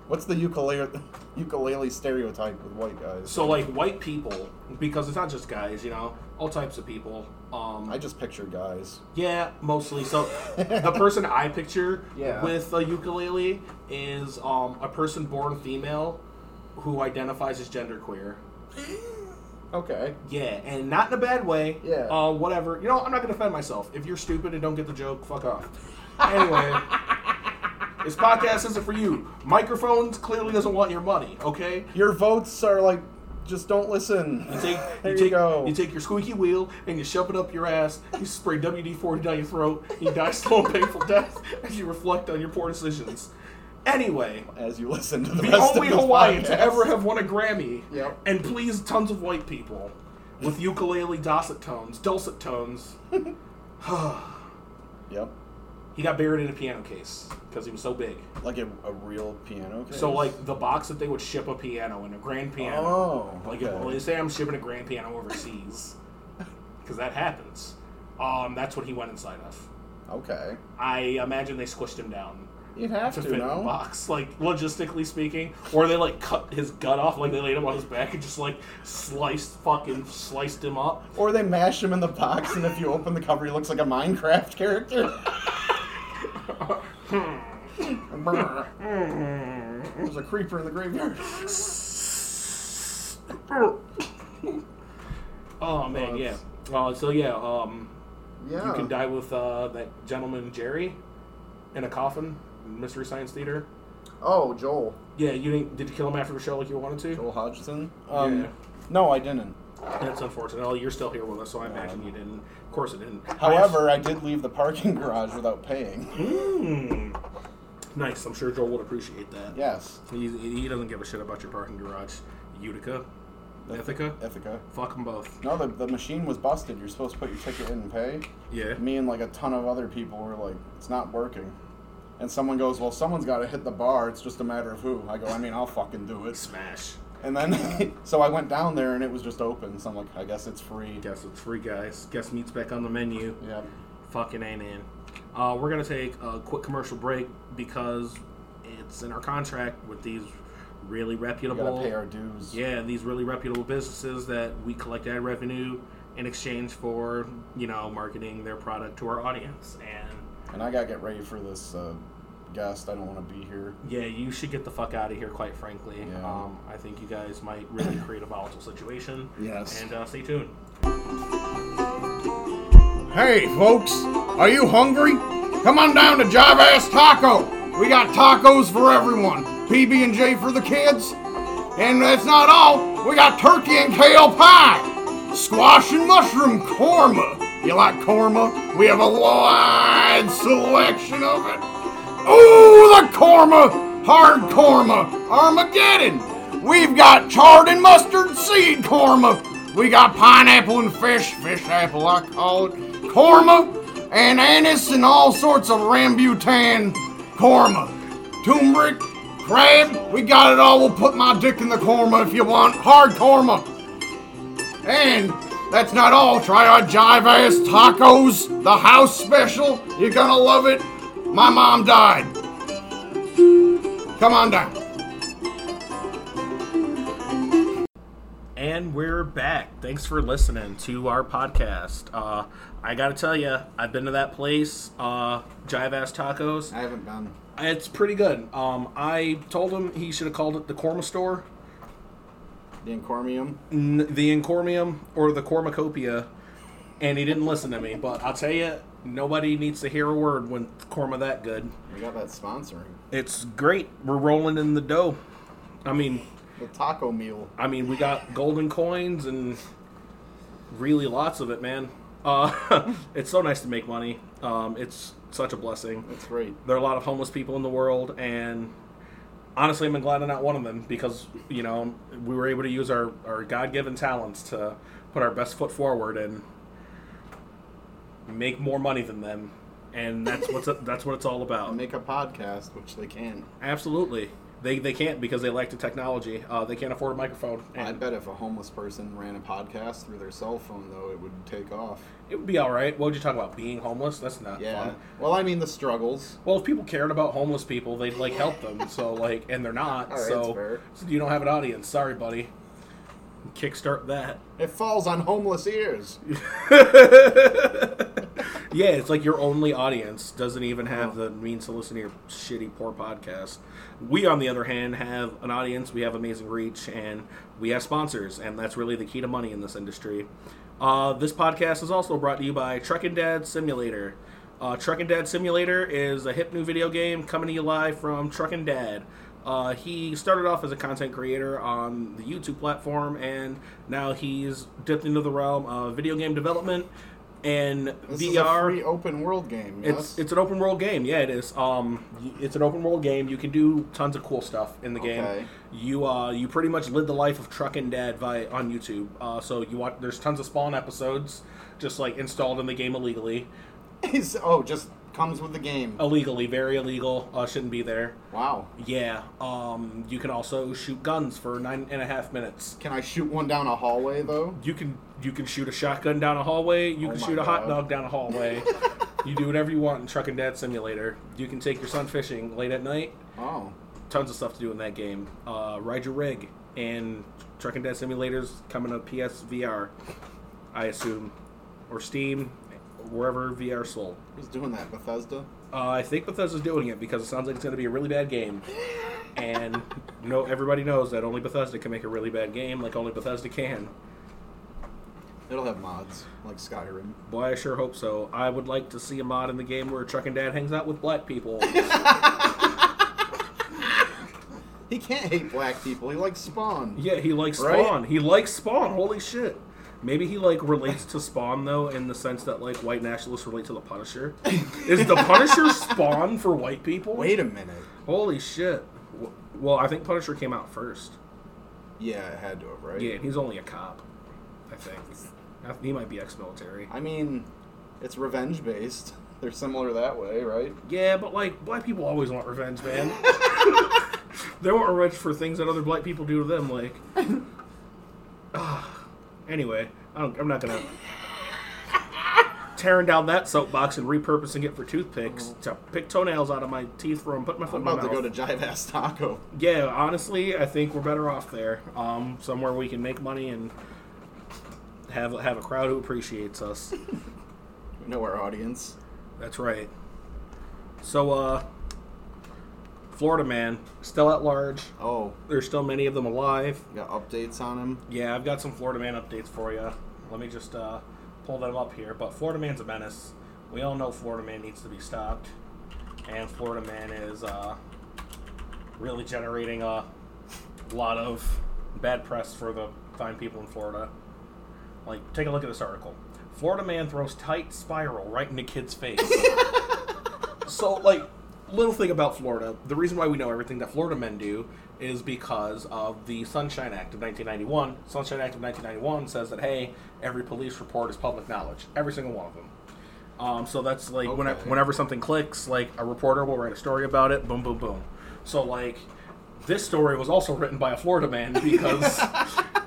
What's the ukulele ukulele stereotype with white guys?
So like white people, because it's not just guys, you know, all types of people. Um,
I just picture guys.
yeah, mostly. So the person I picture
Yeah.
with a ukulele is um, a person born female who identifies as genderqueer.
Okay.
Yeah, and not in a bad way.
Yeah.
Uh, whatever. You know, I'm not gonna offend myself. If you're stupid and don't get the joke, fuck off. Anyway, this podcast isn't for you. Microphones clearly doesn't want your money. Okay.
Your votes are like just don't listen.
You take, you,
there you
take,
go.
you take your squeaky wheel and you shove it up your ass. You spray WD 40 down your throat. And you die slow and painful death as you reflect on your poor decisions. Anyway,
as you listen to the,
the
rest
only
of this
Hawaiian
podcast.
to ever have won a Grammy,
Yep.
and please, tons of white people with ukulele dulcet tones, dulcet tones.
Yep.
He got buried in a piano case because he was so big.
Like a, a real piano. Case?
So like the box that they would ship a piano and a grand piano.
Oh.
Like
okay.
well, they say I'm shipping a grand piano overseas because that happens. Um, that's what he went inside of.
okay.
I imagine they squished him down
You'd have
to
to,
fit in the
no?
box, like logistically speaking, or they like cut his gut off, like they laid him on his back and just like sliced fucking sliced him up.
Or they mash him in the box, and if you open the cover, he looks like a Minecraft character. There's a creeper in the graveyard.
Oh man, yeah.
that's- Oh.
Uh, so yeah, um,
Yeah.
you can die with uh, that gentleman Jerry in a coffin, Mystery Science Theater.
Oh, Joel.
Yeah, you didn't. Did you kill him after the show like you wanted to?
Joel Hodgson. Um,
Yeah.
No, I didn't.
That's unfortunate. Oh, you're still here with us, so I imagine you didn't. Of course, it didn't.
However, I did leave the parking garage without paying.
Mm. nice. I'm sure Joel would appreciate that.
Yes.
He, he doesn't give a shit about your parking garage, Utica, Ithaca.
Ithaca.
Fuck them both.
No, the, the machine was busted. You're supposed to put your ticket in and pay.
Yeah.
Me and like a ton of other people were like, it's not working. And someone goes, well, someone's got to hit the bar. It's just a matter of who. I go, I mean, I'll fucking do it.
Smash.
And then, so I went down there and it was just open. So I'm like, I guess it's free.
Guess it's free, guys. Guess meat's back on the menu.
Yeah.
Fucking ain't in. Uh, we're gonna take a quick commercial break because it's in our contract with these really
We gotta
reputable.
pay our dues.
Yeah, these really reputable businesses that we collect ad revenue in exchange for, you know, marketing their product to our audience. And
And I gotta get ready for this uh, guest. I don't want to be here.
yeah, you should get the fuck out of here, quite frankly.
Yeah.
Um, I think you guys might really create a volatile situation.
Yes.
And uh, stay tuned.
Hey, folks, are you hungry? Come on down to Jive Ass Taco. We got tacos for everyone. PB and J for the kids, and that's not all. We got turkey and kale pie, squash and mushroom korma. You like korma? We have a wide selection of it. Ooh, the korma, hard korma, Armageddon. We've got charred and mustard seed korma. We got pineapple and fish, fish apple I call it, korma, and anise and all sorts of rambutan korma, turmeric, crab. We got it all. We'll put my dick in the korma if you want. Hard korma. And that's not all. Try our Jive Ass Tacos, the house special. You're gonna love it. My mom died. Come on down.
And we're back. Thanks for listening to our podcast. Uh, I gotta tell you, I've been to that place, uh, Jive Ass Tacos.
I haven't been.
It's pretty good. Um, I told him he should have called it the Korma Store,
The Encormium.
n- the Encormium, or the Cormacopia, and he didn't listen to me. But I'll tell you, nobody needs to hear a word when it's Korma that good.
We got that sponsoring.
It's great. We're rolling in the dough. I mean,
The taco meal.
I mean, we got golden coins and really lots of it, man. Uh, it's so nice to make money. Um, it's such a blessing.
That's great.
There are a lot of homeless people in the world, and honestly, I'm glad I'm not one of them because you know we were able to use our our God given talents to put our best foot forward and make more money than them, and that's what's that's what it's all about.
Make a podcast, which they can.
Absolutely. They, they can't because they lack the technology. Uh, they can't afford a microphone.
I
and-
bet if a homeless person ran a podcast through their cell phone, though, it would take off.
It would be all right. What would you talk about? Being homeless? That's not
Yeah.
fun.
Well, I mean the struggles.
Well, if people cared about homeless people, they'd like help them. So like, and they're not.
All right, that's
so,
fair.
so you don't have an audience. Sorry, buddy. Kickstart that.
It falls on homeless ears.
Yeah, it's like your only audience doesn't even have the means to listen to your shitty, poor podcast. We, on the other hand, have an audience. We have amazing reach, and we have sponsors, and that's really the key to money in this industry. Uh, this podcast is also brought to you by Truck and Dad Simulator. Uh, Truck and Dad Simulator is a hip new video game coming to you live from Truck and Dad. Uh, he started off as a content creator on the YouTube platform, and now he's dipped into the realm of video game development and
This is a
VR.
free open world game.
It's
Yes?
it's an open world game. Yeah, it is. Um, y- it's an open world game. You can do tons of cool stuff in the
Okay.
game. You uh, you pretty much live the life of Truck and Dad via on YouTube. Uh, so you watch. There's tons of Spawn episodes, just like installed in the game illegally,
It's- oh, just comes with the game.
illegally, very illegal. Uh, shouldn't be there.
Wow.
Yeah. Um, you can also shoot guns for nine and a half minutes.
Can I shoot one down a hallway though?
You can you can shoot a shotgun down a hallway. You
Oh
can
my
shoot a hot dog
God.
down a hallway. you do whatever you want in Truck and Dad Simulator. You can take your son fishing late at night.
Oh.
tons of stuff to do in that game. Uh, ride your rig and Truck and Dead Simulators coming to PSVR, I assume, or Steam, wherever VR sold.
Who's doing that? Bethesda?
Uh, I think Bethesda's doing it because it sounds like it's going to be a really bad game, and no, everybody knows that only Bethesda can make a really bad game, like only Bethesda can.
It'll have mods, like Skyrim.
Boy, I sure hope so. I would like to see a mod in the game where Truck and Dad hangs out with black people.
He can't hate black people. He likes Spawn.
Yeah, he likes
Right?
Spawn. He likes Spawn. Holy shit. Maybe he like relates to Spawn though, in the sense that like white nationalists relate to the Punisher. Is the Punisher Spawn for white people?
Wait a minute.
Holy shit. W- Well, I think Punisher came out first.
Yeah, it had to have, right?
Yeah, and he's only a cop. I think I th- he might be ex-military.
I mean, it's revenge based. They're similar that way, right?
Yeah, but like black people always want revenge, man. they want revenge for things that other black people do to them. Like, Ah. anyway, I don't, I'm not gonna tearing down that soapbox and repurposing it for toothpicks to pick toenails out of my teeth from put my foot
I'm
in my
about
mouth.
to go to Jive Ass Taco.
yeah, honestly, I think we're better off there. Um, somewhere we can make money and have have a crowd who appreciates us.
We know our audience.
That's right. So, uh, Florida man, still at large.
Oh,
There's still many of them alive.
we got updates on him.
Yeah, I've got some Florida man updates for you. Let me just uh, pull them up here. But Florida Man's a menace. We all know Florida Man needs to be stopped, and Florida Man is uh, really generating a lot of bad press for the fine people in Florida. Like, take a look at this article. Florida man throws tight spiral right into kid's face. so, like, little thing about Florida. The reason why we know everything that Florida men do is because of the Sunshine Act of 1991. Sunshine Act of 1991 says that hey, every police report is public knowledge. Every single one of them. Um, so that's like when
Okay.
whenever something clicks, like a reporter will write a story about it. Boom, boom, boom. So like, this story was also written by a Florida man because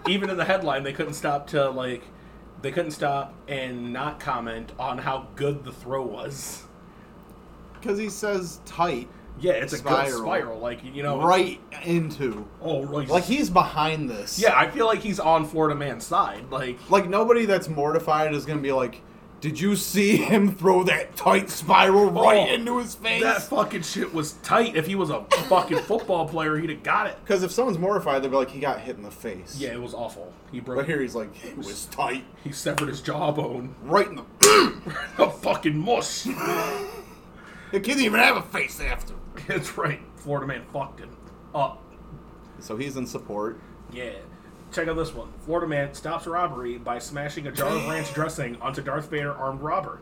even in the headline they couldn't stop to like they couldn't stop and not comment on how good the throw was.
Because he says tight
Yeah, it's a good
Spiral.
spiral. Like you know,
right into.
Oh, right.
Like he's behind this.
yeah, I feel like he's on Florida man's side. Like,
Like nobody that's mortified is gonna be like, "Did you see him throw that tight spiral right
Oh,
into his face?"
that fucking shit was tight. If he was a fucking football player, he'd have got it.
Because if someone's mortified, they'll be like, "He got hit in the face."
Yeah, it was awful. He broke.
But here he's like, "It was tight,
He severed his jawbone.
right in the."
a fucking mush.
the kid didn't even have a face after.
That's right. Florida man fucked him up.
So he's in support.
Yeah. Check out this one. Florida man stops robbery by smashing a jar of ranch dressing onto Darth Vader armed robber.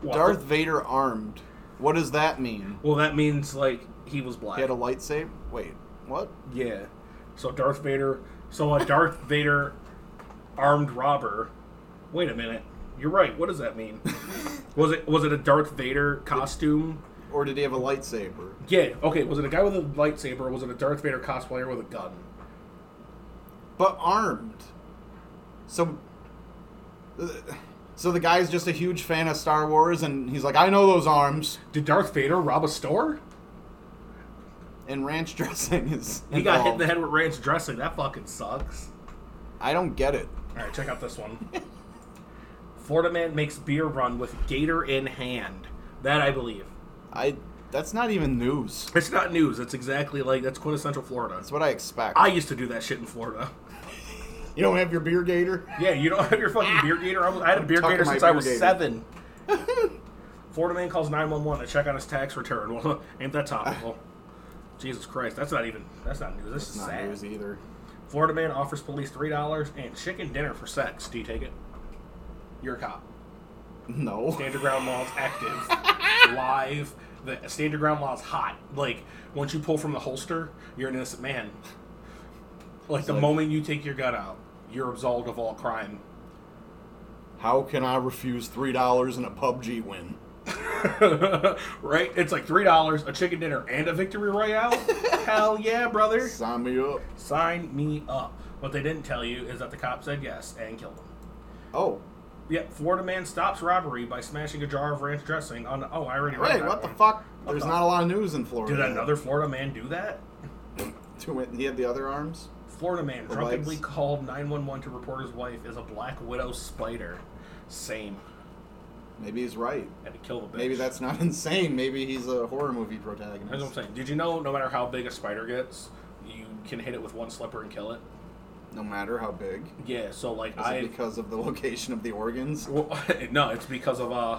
What the-
Darth Vader armed. What does that mean?
Well, that means like he was black.
He had a lightsaber. Wait, what?
Yeah. So Darth Vader. So a Darth Vader armed robber. Wait a minute. You're right. What does that mean? was it was it a Darth Vader costume?
Or did he have a lightsaber?
Yeah. Okay. Was it a guy with a lightsaber? or Was it a Darth Vader cosplayer with a gun?
But armed. So. uh, So the guy's just a huge fan of Star Wars, and he's like, "I know those arms."
Did Darth Vader rob a store?
And ranch dressing is.
He got hit in
involved.
the head with ranch dressing. That fucking sucks.
I don't get it.
All right. Check out this one. Florida man makes beer run with gator in hand. That I believe.
I. That's not even news.
It's not news. It's exactly like that's quintessential Florida.
That's what I expect.
I used to do that shit in Florida.
you don't have your beer gator.
Yeah, you don't have your fucking beer gator. I, was, I had a beer
tucking
gator
my
since I
beer
was
gator.
seven. Florida man calls nine one one to check on his tax return. Well, ain't that topical? Jesus Christ, that's not even that's not news. This
It's
is
not
sad.
news either.
Florida man offers police three dollars and chicken dinner for sex. Do you take it? You're a cop.
No.
Standard ground law is active, live. The standard ground law is hot. Like once you pull from the holster, you're an innocent man. Like the
like-
moment you take your gun out, you're absolved of all crime.
How can I refuse three dollars in a PUBG win?
right? It's like three dollars, a chicken dinner, and a victory royale. Hell yeah, brother!
Sign me up.
Sign me up. What they didn't tell you is that the cop said yes and killed him.
Oh,
Yep, Florida man stops robbery by smashing a jar of ranch dressing on. Oh, I already read
wait,
that
what the
one.
fuck?
What
There's
the-
not a lot of news in Florida.
Did another Florida man do that?
Two, went- he had the other arms.
Florida man
The
drunkenly
legs.
called 911 to report his wife is a black widow spider. Same.
Maybe he's right.
Had to kill the bitch.
Maybe that's not insane. Maybe he's a horror movie
That's what I'm
protagonist.
saying. Did you know no matter how big a spider gets, you can hit it with one slipper and kill it?
No matter how big.
Yeah, so like
Is
I
it because of the location of the organs?
well, no, it's because of uh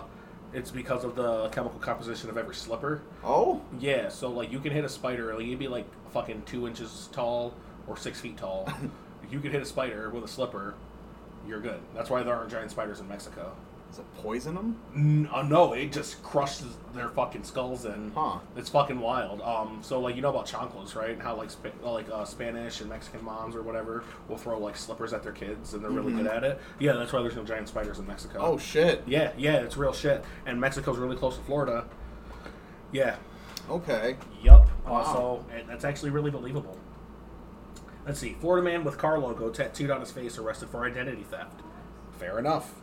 it's because of the chemical composition of every slipper.
Oh,
Yeah, so like you can hit a spider, like you'd be like fucking two inches tall or six feet tall. if you could hit a spider with a slipper, you're good. That's why there aren't giant spiders in Mexico.
is it poison him?
N- uh, no, it just crushes their fucking skulls in.
Huh.
It's fucking wild. Um, so like you know about chanclas, right? And how like Sp- like uh, Spanish and Mexican moms or whatever will throw like slippers at their kids, and they're really good at it. Yeah, that's why there's no giant spiders in Mexico.
Mm-hmm. Oh shit.
yeah, yeah, it's real shit. And Mexico's really close to Florida. Yeah.
Okay.
Yup.
Wow.
Also, and that's actually really believable. Let's see. Florida man with car logo tattooed on his face arrested for identity theft. Fair enough.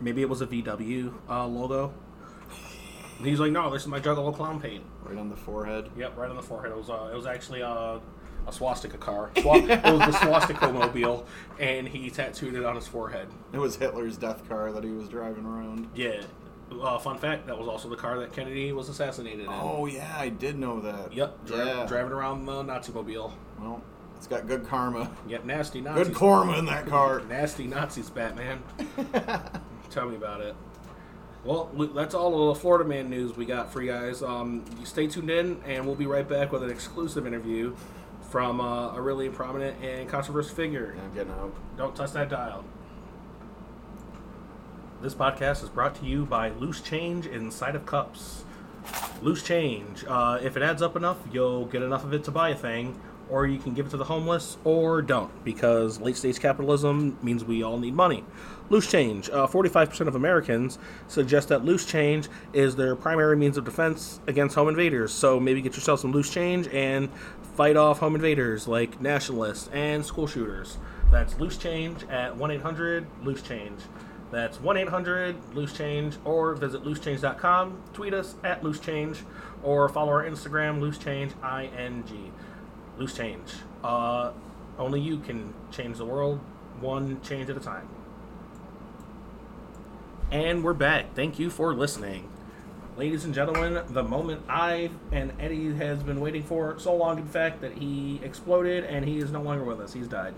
Maybe it was a VW uh, logo. And he's like, no, this is my Juggalo clown paint.
Right on the forehead.
Yep, right on the forehead. It was uh, it was actually uh, a swastika car. Swa- it was the swastika mobile, and he tattooed it on his forehead.
It was Hitler's death car that he was driving around.
Yeah. Uh, fun fact: that was also the car that Kennedy was assassinated in.
Oh yeah, I did know that.
Yep, dri-
Oh. yeah.
driving around the Nazi mobile.
Well, It's got good karma.
Yep, nasty Nazis.
Good karma in that card.
Nasty Nazis, Batman. Tell me about it. Well, we- that's all of the Florida Man news we got for you guys. Um, you stay tuned in, and we'll be right back with an exclusive interview from uh, a really prominent and controversial figure.
I'm getting out.
Don't touch that dial. This podcast is brought to you by Loose Change Inside of Cups. Loose change. Uh, if it adds up enough, you'll get enough of it to buy a thing, or you can give it to the homeless, or don't, because late stage capitalism means we all need money. Loose change. Uh, 45% of Americans suggest that loose change is their primary means of defense against home invaders, so maybe get yourself some loose change and fight off home invaders like nationalists and school shooters. That's loose change at 1 800 loose change. That's 1 800 Loose Change or visit loosechange.com. Tweet us at Loose Change or follow our Instagram, Loose Change ING. Loose Change. Uh, only you can change the world one change at a time. And we're back. Thank you for listening. Ladies and gentlemen, the moment I've and Eddie has been waiting for so long, in fact, that he exploded and he is no longer with us. He's died.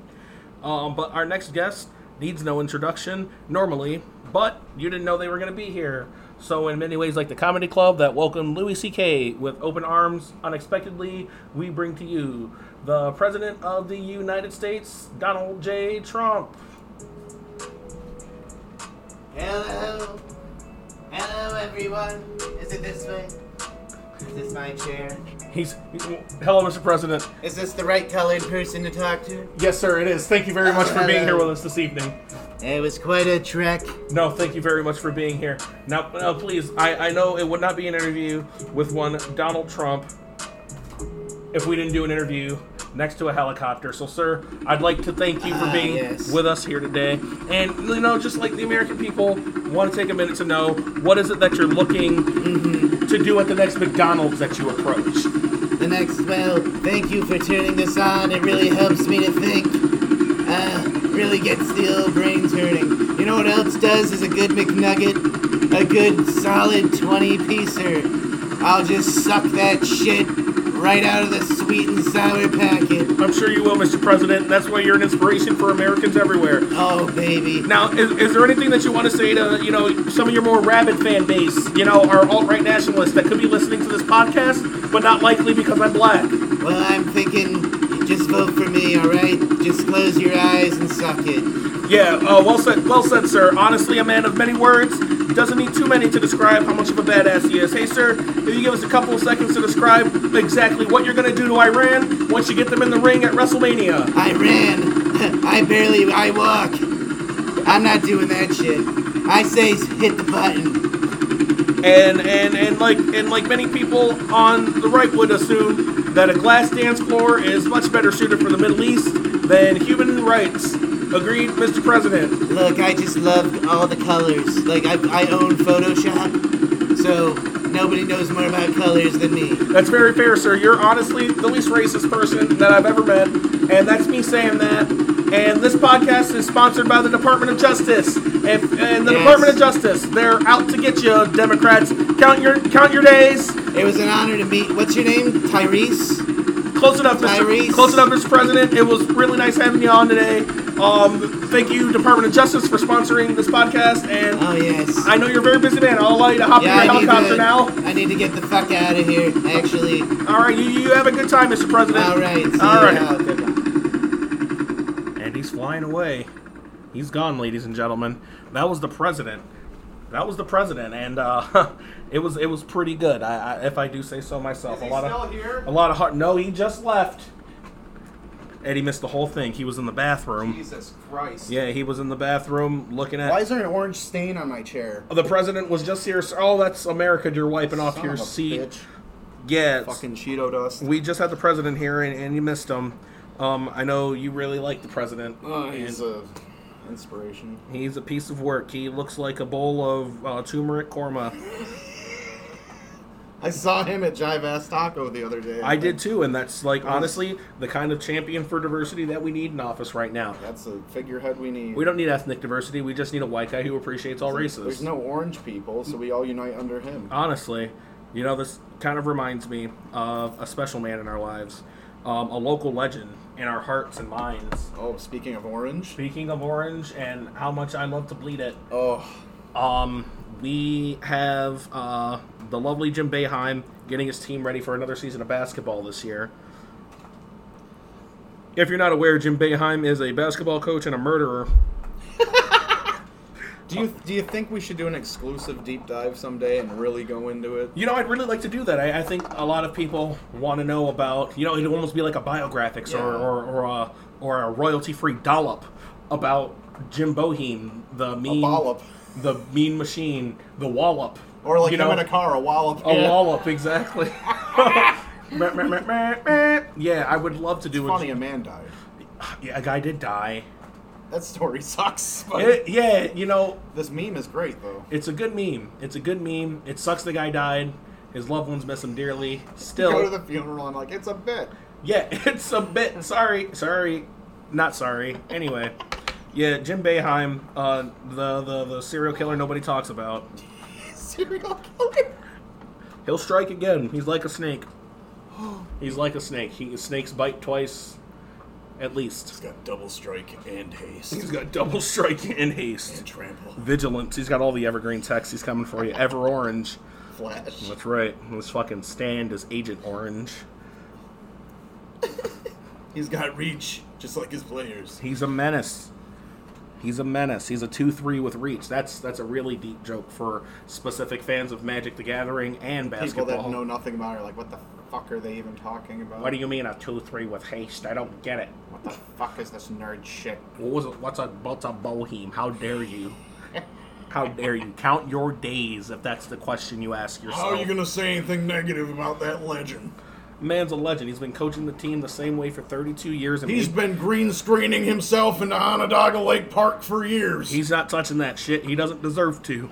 Um, but our next guest needs no introduction normally, but you didn't know they were going to be here. So, in many ways, like the comedy club that welcomed Louis C.K. with open arms unexpectedly, we bring to you the President of the United States, Donald J. Trump.
Hello. Hello, everyone. Is it this way? Is this my chair?
He's, he's hello, Mr. President.
Is this the right colored person to talk to?
Yes, sir, it is. Thank you very much for being here with us this evening.
It was quite a trek.
No, thank you very much for being here. Now, now please, I, I know it would not be an interview with one Donald Trump if we didn't do an interview next to a helicopter. So, sir, I'd like to thank you for
Ah,
being
yes.
with us here today. And, you know, just like the American people want to take a minute to know what is it that you're looking
Mm-hmm.
to do at the next McDonald's that you approach?
The next, well, thank you for turning this on. It really helps me to think. Uh, really gets the old brain turning. You know what else does is a good McNugget? A good solid 20 piecer. I'll just suck that shit right out of the sweet and sour packet.
I'm sure you will, Mr. President. That's why you're an inspiration for Americans everywhere.
Oh, baby.
Now, is, is there anything that you want to say to you know some of your more rabid fan base, you know, our alt right nationalists that could be listening to this podcast, but not likely because I'm black?
Well, I'm thinking just vote for me, alright? Just close your eyes and suck it.
Yeah, uh, well said, well said, sir. Honestly, a man of many words doesn't need too many to describe how much of a badass he is. Hey, sir, if you give us a couple of seconds to describe exactly what you're gonna do to Iran once you get them in the ring at WrestleMania.
I ran. I barely, I walk. I'm not doing that shit. I say s- hit the button.
and and and like and like many people on the right would assume that a glass dance floor is much better suited for the Middle East than human rights. Agreed, Mr. President.
Look, I just love all the colors. Like, I, I own Photoshop, so nobody knows more about colors than me.
That's very fair, sir. You're honestly the least racist person that I've ever met, and that's me saying that. And this podcast is sponsored by the Department of Justice. If, and the
Yes.
Department of Justice, they're out to get you, Democrats. Count your count your days.
It was an honor to meet, what's your name? Tyrese?
Close enough, Mr.
Tyrese.
Close enough, Mr. President. It was really nice having you on today. Um, thank you, Department of Justice, for sponsoring this podcast. And
Oh, yes.
I know you're a very busy man. I'll allow you to hop
yeah,
in your
I need,
helicopter
to,
now.
I need to get the fuck out of here, actually.
All right, you, you have a good time, Mr. President.
Alright, see
All
you
right.
out. Goodbye.
And he's flying away. He's gone, ladies and gentlemen. That was the president. That was the president, and uh, it was it was pretty good. I, I, if I do say so myself, a lot of
here?
a lot of heart. No, he just left. Eddie missed the whole thing. He was in the bathroom.
Jesus Christ.
Yeah, he was in the bathroom looking at.
Why is there an orange stain on my chair?
the president was just here. so- Oh, that's America. You're wiping off
Son
your
of a
seat.
bitch.
Yeah, it's-
Fucking Cheeto dust.
we just had the president here, and, and you missed him. Um, I know you really like the president.
Oh, he's
and
a inspiration.
he's a piece of work. He looks like a bowl of uh, turmeric korma.
I saw him at Jive Ass Taco the other day.
I did too, and that's like
Um,
honestly the kind of champion for diversity that we need in office right now.
That's a figurehead we need.
We don't need ethnic diversity. We just need a white guy who appreciates all races. Uh.
There's no orange people, so we all unite under him.
honestly, you know, this kind of reminds me of a special man in our lives, um, a local legend in our hearts and minds.
Oh, speaking of orange.
Speaking of orange and how much I love to bleed it,
Oh,
um, we have uh, the lovely Jim Beheim getting his team ready for another season of basketball this year. If you're not aware, Jim Beheim is a basketball coach and a murderer.
do you do you think we should do an exclusive deep dive someday and really go into it?
You know, I'd really like to do that. I, I think a lot of people want to know about. You know, it'd almost be like a biographics or,
Yeah.
or or a or a royalty-free dollop about Jim Boheim, the mean,
dollop.
the mean machine, the wallop,
Or like
you
him in a car, a wallop.
a wallop exactly. Meh, meh, meh, meh, meh. yeah, I would love to do
Funny,
it.
a man died.
Yeah, a guy did die.
That story sucks. But
It- yeah, you know,
this meme is great though.
it's a good meme. It's a good meme. It sucks the guy died. His loved ones miss him dearly. Still,
Go to the funeral and like it's a bit.
Yeah, it's a bit. Sorry, sorry, not sorry. Anyway, yeah, Jim Beheim, uh, the, the the serial killer nobody talks about.
Serial killer.
He'll strike again. He's like a snake. He's like a snake. He snakes bite twice, at least.
got double strike and haste
He's got double strike and haste,
and trample.
vigilance. He's got all the evergreen texts. He's coming for you. Ever orange.
Flash.
That's right. Let's fucking stand as Agent Orange.
He's got reach, just like his players.
He's a menace. He's a menace. He's a two-three with reach. That's that's a really deep joke for specific fans of Magic: The Gathering and
People
basketball.
that know nothing about it are like, what the fuck are they even talking about?
what do you mean a two-three with haste? I don't get it.
What the fuck is this nerd shit?
What was it? What's a what's a bohem? How dare you? How dare you? Count your days if that's the question you ask yourself.
How are you gonna say anything negative about that legend?
Man's a legend. He's been coaching the team the same way for 32 years, and
He's
we-
been green screening himself into Onondaga Lake Park for years.
he's not touching that shit. He doesn't deserve to.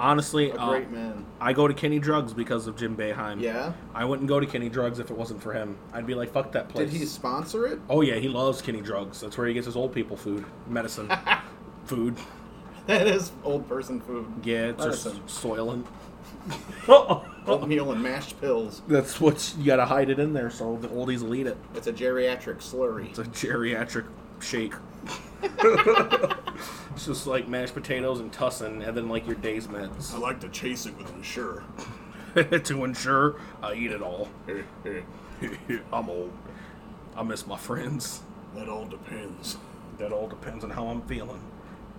Honestly,
A
uh,
great man.
I go to Kenny Drugs because of Jim Beheim.
Yeah?
I wouldn't go to Kenny Drugs if it wasn't for him. I'd be like, fuck that place.
Did he sponsor it?
oh yeah, he loves Kenny Drugs. That's where he gets his old people food, medicine, food.
That is old person food.
Yeah, it's
Medicine.
just soiling. Oh.
Oatmeal and mashed pills.
That's what you gotta hide it in there so the oldies will eat it.
It's a geriatric slurry.
It's a geriatric shake. it's just like mashed potatoes and tussin, and then like your day's meds
I like to chase it with him, sure.
Oh.
to ensure I eat it all. I'm old. I miss my friends.
That all depends.
That all depends on how I'm feeling.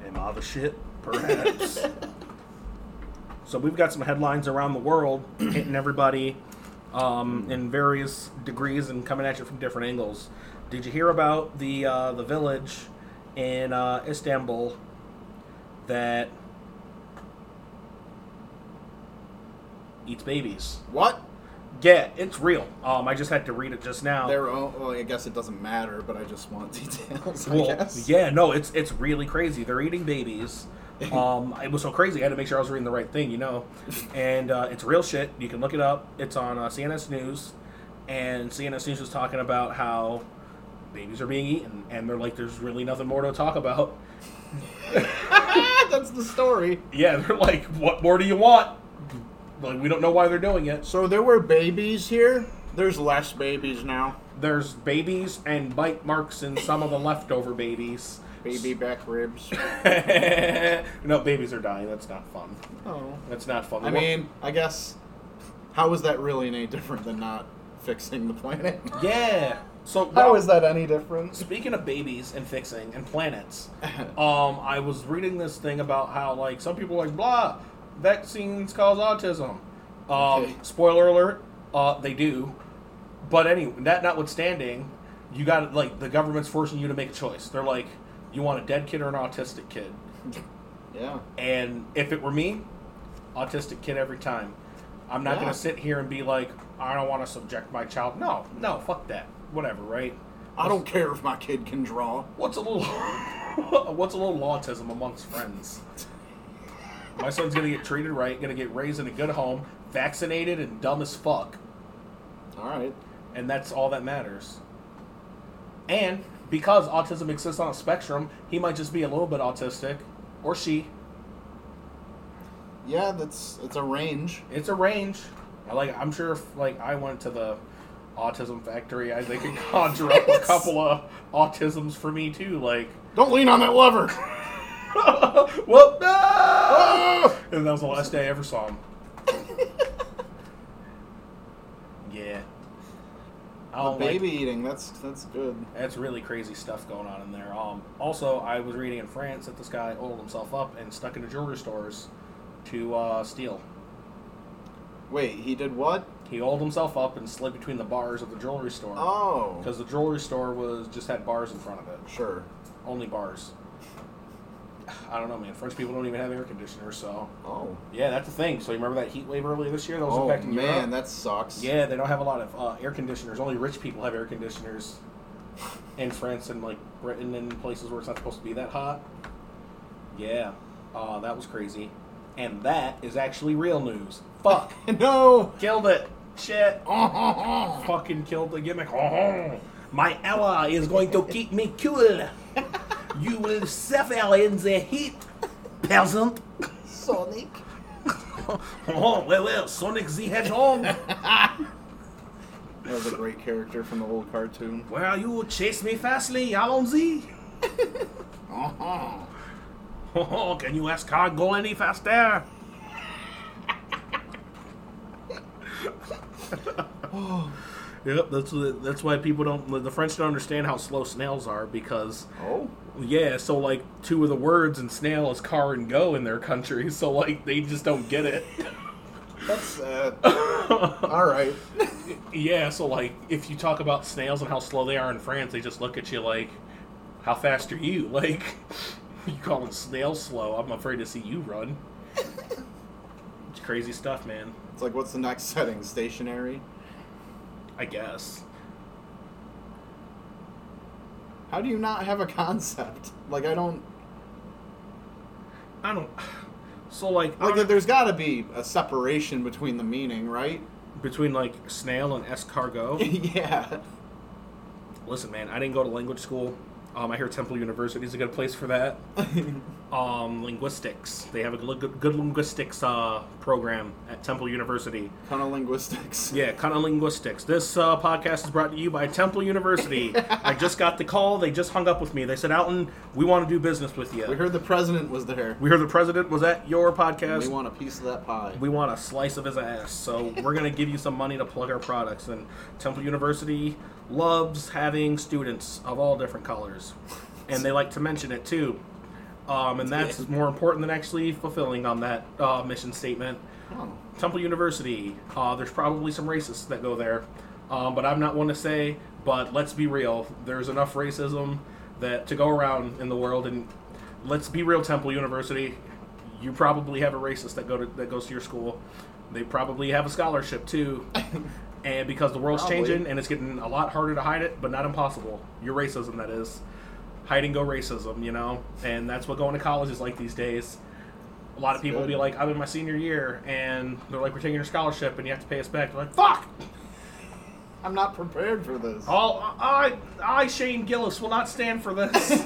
Am I the shit? Perhaps. so we've got some headlines around the world hitting everybody um, in various degrees and coming at you from different angles. Did you hear about the uh, the village in uh, Istanbul that eats babies?
What?
Yeah, it's real. Um, I just had to read it just now.
Their own. Well, I guess it doesn't matter, but I just want details. I
Well,
guess.
yeah, no, it's it's really crazy. They're eating babies. Um, it was so crazy. I had to make sure I was reading the right thing, you know. And uh, it's real shit. You can look it up. It's on uh, CNS News, and CNS News was talking about how babies are being eaten, and they're like, "There's really nothing more to talk about."
That's the story.
Yeah, they're like, "What more do you want?" Like, we don't know why they're doing it.
So there were babies here. There's less babies now.
There's babies and bite marks in some of the leftover babies.
Baby back ribs.
no, babies are dying. That's not fun.
oh.
That's not fun.
I mean, I guess. How is that really any different than not fixing the planet?
Yeah. So
How
well,
is that any different?
Speaking of babies and fixing and planets,
Uh-huh.
um, I was reading this thing about how like some people are like blah, vaccines cause autism. Um,
Okay.
spoiler alert, uh, they do. But anyway, that notwithstanding, you got like the government's forcing you to make a choice. They're like, you want a dead kid or an autistic kid?
Yeah.
And if it were me, autistic kid every time. I'm not
Yeah.
gonna sit here and be like, I don't want to subject my child. No, no, fuck that. Whatever, right?
I don't care if my kid can draw.
What's a little What's a little autism amongst friends? My son's gonna get treated right, gonna get raised in a good home, vaccinated and dumb as fuck.
All right.
And that's all that matters. And because autism exists on a spectrum, he might just be a little bit autistic. Or she.
Yeah, that's it's a range.
It's a range. Like I'm sure if like I went to the Autism Factory, I they could conjure up a couple of autisms for me too. Like,
Don't lean on that lever.
well, no!
Ah!
And that was the last day I ever saw him. yeah. I
The
don't like-
baby eating. That's that's good.
That's really crazy stuff going on in there. Um, also, I was reading in France that this guy oiled himself up and stuck into jewelry stores to uh, steal.
Wait, he did what?
He oiled himself up and slid between the bars of the jewelry store
Oh,
because the jewelry store was just had bars in front of it,
sure.
only bars. I don't know, man. French people don't even have air conditioners, so
Oh,
yeah, that's the thing. So you remember that heat wave earlier this year that was
oh
impacting
man,
Europe?
that sucks.
Yeah, they don't have a lot of uh, air conditioners. Only rich people have air conditioners in France and like Britain and places where it's not supposed to be that hot. Yeah, uh, that was crazy. And that is actually real news. Fuck,
No.
killed it. Shit,
Ah, ah, ah.
fucking killed the gimmick. Oh, My ally is going to keep me cool. You will suffer in the heat, peasant.
Sonic.
Oh, well, well, Sonic the Hedgehog.
That was a great character from the old cartoon.
Where are you? Chase me fastly, Alonzi. Oh, can you ask car go any faster? yep, that's that's why people don't. The French don't understand how slow snails are because
Oh,
yeah. So like two of the words in snail is car and go in their country. So like they just don't get it.
that's uh, all right.
Yeah, so like if you talk about snails and how slow they are in France, they just look at you like, "How fast are you?" Like you calling snails slow? I'm afraid to see you run. it's crazy stuff, man.
It's like, what's the next setting? Stationary.
I guess.
How do you not have a concept? Like, I don't.
I don't. So like, I
Like,
don't-
there's got to be a separation between the meaning, right?
between like snail and escargot.
yeah.
Listen, man, I didn't go to language school. Um, I hear Temple University is a good place for that. um, linguistics. They have a good, good linguistics uh, program at Temple University.
Tunnel linguistics.
Yeah, kind of linguistics. This uh, podcast is brought to you by Temple University. I just got the call. They just hung up with me. They said, Alton, we want to do business with you.
We heard the president was there.
We heard the president was at your
We
podcast.
want a piece of that pie.
We want a slice of his ass. So we're going to give you some money to plug our products. And Temple University loves having students of all different colors. And they like to mention it too. Um, and that's more important than actually fulfilling on that uh, mission statement.
Oh.
Temple University. Uh, there's probably some racists that go there, um, but I'm not one to say. But let's be real. There's enough racism that to go around in the world, and let's be real. Temple University, you probably have a racist that go to that goes to your school. They probably have a scholarship too, and because the world's
Probably.
changing and it's getting a lot harder to hide it, but not impossible. Your racism, that is. Hide and go racism, you know, and that's what going to college is like these days. A lot of people
good.
be like, I'm in my senior year, and they're like, we're taking your scholarship, and you have to pay us back. They're like, fuck!
I'm not prepared for this.
All, I, I, Shane Gillis, will not stand for this.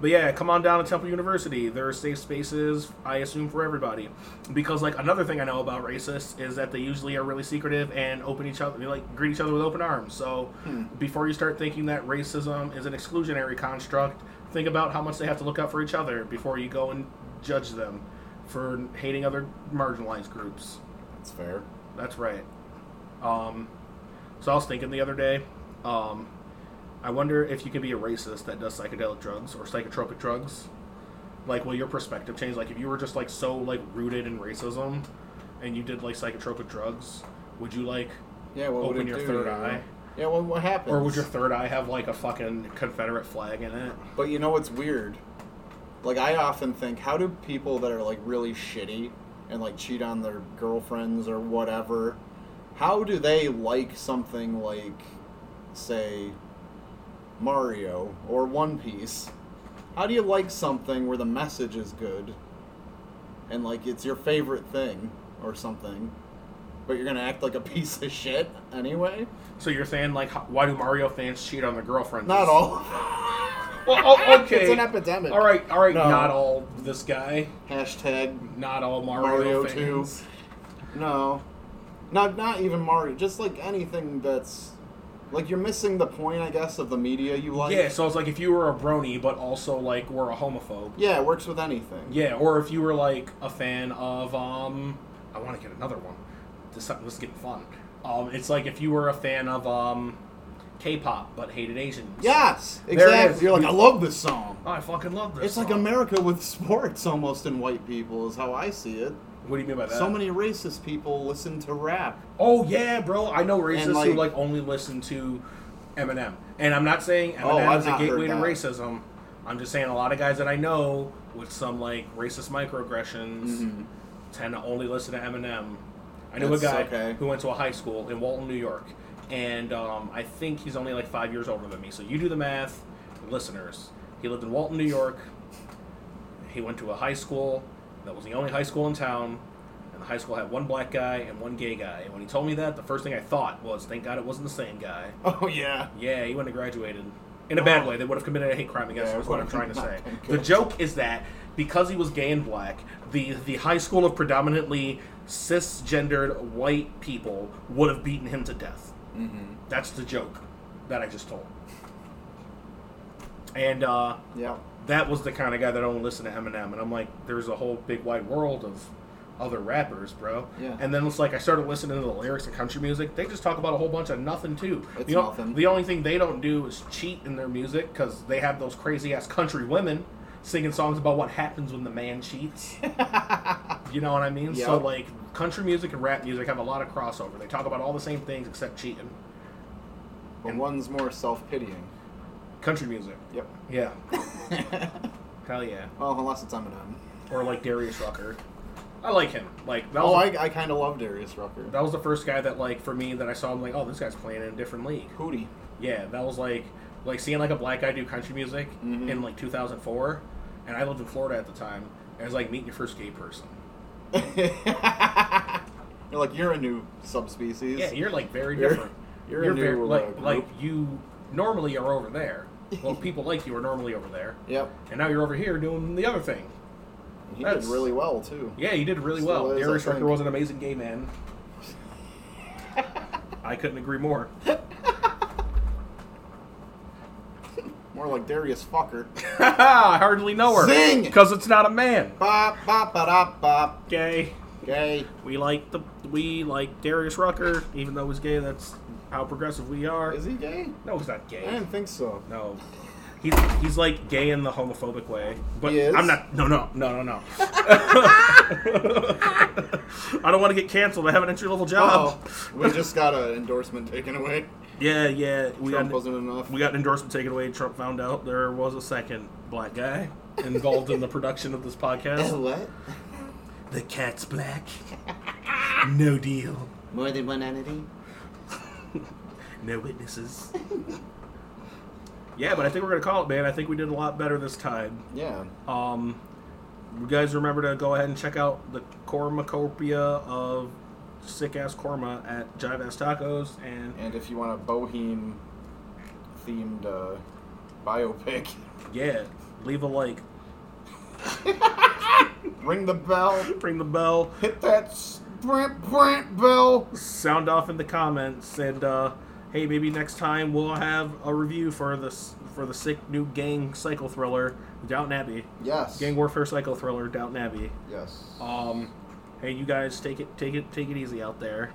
but yeah, come on down to Temple University. There are safe spaces, I assume, for everybody. Because, like, another thing I know about racists is that they usually are really secretive and open each other, like, greet each other with open arms. So before you start thinking that racism is an exclusionary construct, think about how much they have to look out for each other before you go and judge them for hating other marginalized groups.
That's fair.
That's right. Um, so I was thinking the other day, um, I wonder if you can be a racist that does psychedelic drugs or psychotropic drugs. Like, will your perspective change? Like, if you were just like so like rooted in racism, and you did like psychotropic drugs, would you like,
Yeah. What would
Open
it
your
do
third
to you?
eye.
Yeah. What what happens?
or would your third eye have like a fucking Confederate flag in it?
But you know what's weird? Like I often think, how do people that are like really shitty and like cheat on their girlfriends or whatever, how do they like something like say Mario or One Piece? How do you like something where the message is good and like it's your favorite thing or something, but you're going to act like a piece of shit anyway?
So you're saying like, h- why do Mario fans cheat on their girlfriends?
Not all.
Well, o- okay.
It's an epidemic.
All right, all right.
No.
Not all. This guy.
Hashtag
Not all Mario,
Mario 2.
fans.
No. Not not even Mario. Just like anything that's like you're missing the point, I guess, of the media you like.
yeah, so it's like if you were a brony, but also like were a homophobe.
Yeah, it works with anything.
Yeah, or if you were like a fan of um, I want to get another one. This was getting fun. Um, it's like if you were a fan of um, K-pop but hated Asians.
Yes,
There it
exactly.
is.
You're like, I love this song.
I fucking love this.
It's like
song.
America with sports almost and white people is how I see it.
What do you mean by that?
So many racist people listen to rap.
Oh yeah, bro. I know racists
And, like-
who like only listen to Eminem, and I'm not saying
Oh,
Eminem
I've
is a
not
gateway to
heard that.
racism. I'm just saying a lot of guys that I know with some like racist microaggressions
Mm-hmm.
tend to only listen to Eminem. I knew
That's
a guy
okay.
who went to a high school in Walton, New York, and um, I think he's only like five years older than me. So you do the math, listeners. He lived in Walton, New York. He went to a high school that was the only high school in town, and the high school had one black guy and one gay guy. And when he told me that, the first thing I thought was, "Thank God it wasn't the same guy."
Oh yeah.
Yeah, he wouldn't have graduated. In a bad way, they would have committed a hate crime against
Yeah,
him. Is what I'm
would've
trying to
not
say.
been
The
good.
joke is that because he was gay and black, the the high school of predominantly cisgendered white people would have beaten him to death.
Mm-hmm.
That's the joke that I just told. And uh,
Yeah.
that was the kind of guy that only listened to Eminem, and I'm like, there's a whole big wide world of other rappers, bro.
Yeah.
And then it's like I started listening to the lyrics of country music. They just talk about a whole bunch of nothing too.
It's
the o-
nothing.
The only thing they don't do is cheat in their music because they have those crazy ass country women singing songs about what happens when the man cheats. you know what I mean? So
Yep.
like country music and rap music have a lot of crossover. They talk about all the same things except cheating.
But one's more self-pitying.
Country music.
Yep.
Yeah. Hell yeah.
Well, unless it's Eminem.
or like Darius Rucker. I like him. Like that
Oh,
was,
I, I kind of love Darius Rucker.
that was the first guy that like for me that I saw. I'm like, oh, this guy's playing in a different league.
Hootie.
Yeah, that was like like seeing like a black guy do country music
Mhm.
in like 2004, and I lived in Florida at the time. And it was like meeting your first gay person.
you're like you're a new subspecies.
Yeah, you're like very
You're-
different.
you're a new,
very,
uh,
like
group.
like you normally are over there. Well, people like you are normally over there,
Yep.
and now you're over here doing the other thing.
And He
That's-
did really well too.
Yeah, you did really
Still
well.
is, I
Darius Rucker
think.
was an amazing gay man. I couldn't agree more.
More like Darius Fucker.
I hardly know her.
Zing!
Because it's not a man.
bop bop ba da bop.
Gay.
Gay.
We like the we like Darius Rucker, even though he's gay. That's how progressive we are.
Is he Mm. gay?
No, he's not
I
gay.
didn't think so.
No, he's he's like gay in the homophobic way. But
He is?
I'm not. No, no, no, no, no. I don't want to get canceled. I have an entry level job.
Oh, we just got an endorsement taken away.
Yeah, yeah. We
Trump
got
wasn't enough.
we got an endorsement taken away. Trump found out there was a second black guy involved in the production of this podcast.
what?
The cat's black. No deal.
More than one entity?
No witnesses. yeah, but I think we're gonna call it, man. I think we did a lot better this time.
Yeah.
Um, you guys remember to go ahead and check out the cormacopia of sick ass korma at Jive Ass Tacos, and
And if you want a bohemian themed uh, biopic,
yeah, leave a like,
ring the bell.
ring the bell,
Hit that sprint print bell.
sound off in the comments, and uh, hey, maybe next time we'll have a review for this for the sick new gang psycho thriller, Downton Abbey,
Yes.
gang warfare psycho thriller, Downton Abbey.
Yes.
Um, hey, you guys, take it, take it, take it easy out there.